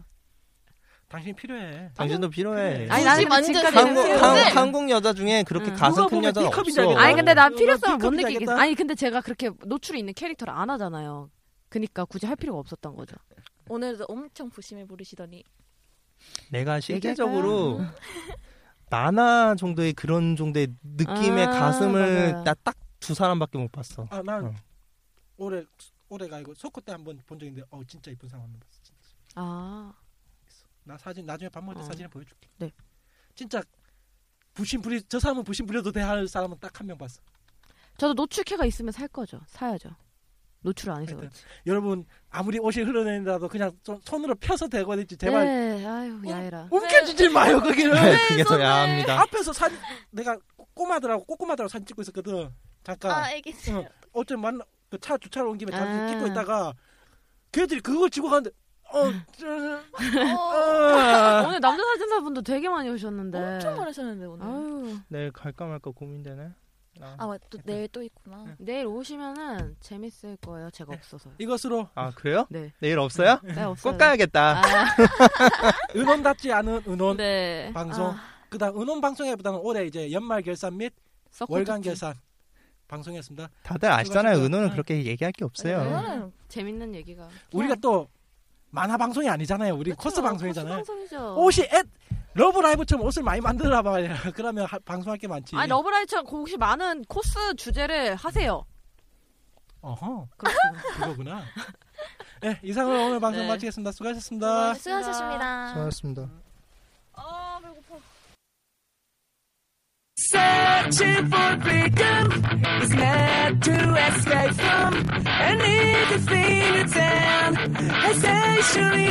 [SPEAKER 6] 당신 필요해 네.
[SPEAKER 8] 당신도 필요해.
[SPEAKER 3] 아니 나는 근데
[SPEAKER 10] 완전
[SPEAKER 3] 지금까지
[SPEAKER 8] 한국
[SPEAKER 3] 그냥-
[SPEAKER 8] 한-
[SPEAKER 10] 네.
[SPEAKER 8] 한국 여자 중에 그렇게
[SPEAKER 3] 응.
[SPEAKER 8] 가슴
[SPEAKER 6] 누가
[SPEAKER 8] 큰
[SPEAKER 6] 보면
[SPEAKER 8] 여자
[SPEAKER 6] B컵인 줄
[SPEAKER 8] 없어.
[SPEAKER 6] 알겠다.
[SPEAKER 3] 아니 근데 난
[SPEAKER 6] 어,
[SPEAKER 3] 필요성을 못
[SPEAKER 6] B컵이
[SPEAKER 3] 느끼겠.
[SPEAKER 6] 나겠다.
[SPEAKER 3] 아니 근데 제가 그렇게 노출이 있는 캐릭터를 안 하잖아요. 그니까 굳이 할 필요가 없었던 거죠.
[SPEAKER 10] 오늘도 엄청 부심해 부르시더니.
[SPEAKER 8] 내가 실제적으로 만화 정도의 그런 정도의 느낌의
[SPEAKER 3] 아, 맞아요.
[SPEAKER 8] 가슴을 나 딱 두 사람밖에 못 봤어.
[SPEAKER 6] 아난
[SPEAKER 8] 어.
[SPEAKER 6] 올해 올해가 아니고 소코 때 한번 본 적 있는데 어 진짜 이쁜 사람 한번 봤어 진짜.
[SPEAKER 3] 아
[SPEAKER 6] 나 사진 나중에 밥 먹을 때
[SPEAKER 3] 어.
[SPEAKER 6] 사진을 보여줄게
[SPEAKER 3] 네.
[SPEAKER 6] 진짜 부심 부리 저 사람은 부심 부려도 돼 할 사람은 딱 한 명 봤어
[SPEAKER 3] 저도 노출캐가 있으면 살 거죠. 사야죠. 노출 안 해서 그렇지.
[SPEAKER 6] 여러분 아무리 옷이 흘러내린다도 그냥 좀 손으로 펴서 대고 있지 제발
[SPEAKER 3] 네, 아유 야해라.
[SPEAKER 6] 움켜쥐지 마요 거기는
[SPEAKER 8] 네. 그게 더 야합니다.
[SPEAKER 6] 앞에서 사진 내가 꼬마들하고 꼬꼬마들하고 사진 찍고 있었거든 잠깐
[SPEAKER 10] 아, 애기.
[SPEAKER 6] 응. 어쩜 만나 그 차 주차로 온 김에 잠시
[SPEAKER 3] 아.
[SPEAKER 6] 찍고 있다가 걔들이 그걸 쥐고 가는데 어,
[SPEAKER 3] 아.
[SPEAKER 6] 어,
[SPEAKER 8] 아.
[SPEAKER 3] 오늘 남자 사진사분도 되게 많이 오셨는데.
[SPEAKER 10] 엄청 말하셨는데, 오늘.
[SPEAKER 3] 네. 아유.
[SPEAKER 8] 내일 갈까 말까 고민되네. 아,
[SPEAKER 10] 아, 맞- 또 내일 또 있구나.
[SPEAKER 3] 내일 오시면은 재밌을 거예요.
[SPEAKER 6] 네.
[SPEAKER 3] 제가 없어서요.
[SPEAKER 6] 이것으로
[SPEAKER 8] 아, 그래요?
[SPEAKER 3] 네.
[SPEAKER 8] 내일 없어요?
[SPEAKER 6] 음,
[SPEAKER 3] 네, 없어요.
[SPEAKER 8] 꼭 가야겠다.
[SPEAKER 3] 아,
[SPEAKER 6] 은원답지 않은 아, 은원
[SPEAKER 10] 네.
[SPEAKER 6] 방송
[SPEAKER 3] 아.
[SPEAKER 6] 그다음 은원 방송에보다는 올해 이제 연말 결산 및
[SPEAKER 3] 썩고
[SPEAKER 6] 월간
[SPEAKER 3] 좋지.
[SPEAKER 6] 결산 방송이었습니다
[SPEAKER 3] 네.
[SPEAKER 8] 다들 아시잖아요.
[SPEAKER 6] 그거-
[SPEAKER 8] 은호는
[SPEAKER 6] 응.
[SPEAKER 8] 그렇게 얘기할 게 없어요.
[SPEAKER 10] 저는
[SPEAKER 3] 재밌는 얘기가.
[SPEAKER 6] 우리가 또 만화 방송이 아니잖아요 우리
[SPEAKER 3] 그쵸?
[SPEAKER 6] 코스 방송이잖아요
[SPEAKER 3] 코스 방송이죠.
[SPEAKER 6] 옷이 앳 러브라이브처럼 옷을 많이 만들어 봐야 그러면 하- 방송할 게 많지
[SPEAKER 3] 아니 러브라이처럼 혹시 많은 코스 주제를 하세요.
[SPEAKER 6] 어허
[SPEAKER 3] 그렇구나.
[SPEAKER 6] 그거구나 네 이상으로 오늘 방송
[SPEAKER 3] 네.
[SPEAKER 6] 마치겠습니다 수고하셨습니다
[SPEAKER 10] 수고하셨습니다.
[SPEAKER 8] 수고하셨습니다.
[SPEAKER 3] 아 배고파.
[SPEAKER 5] Searching for freedom is not to escape from an easy thing to tell. Essentially,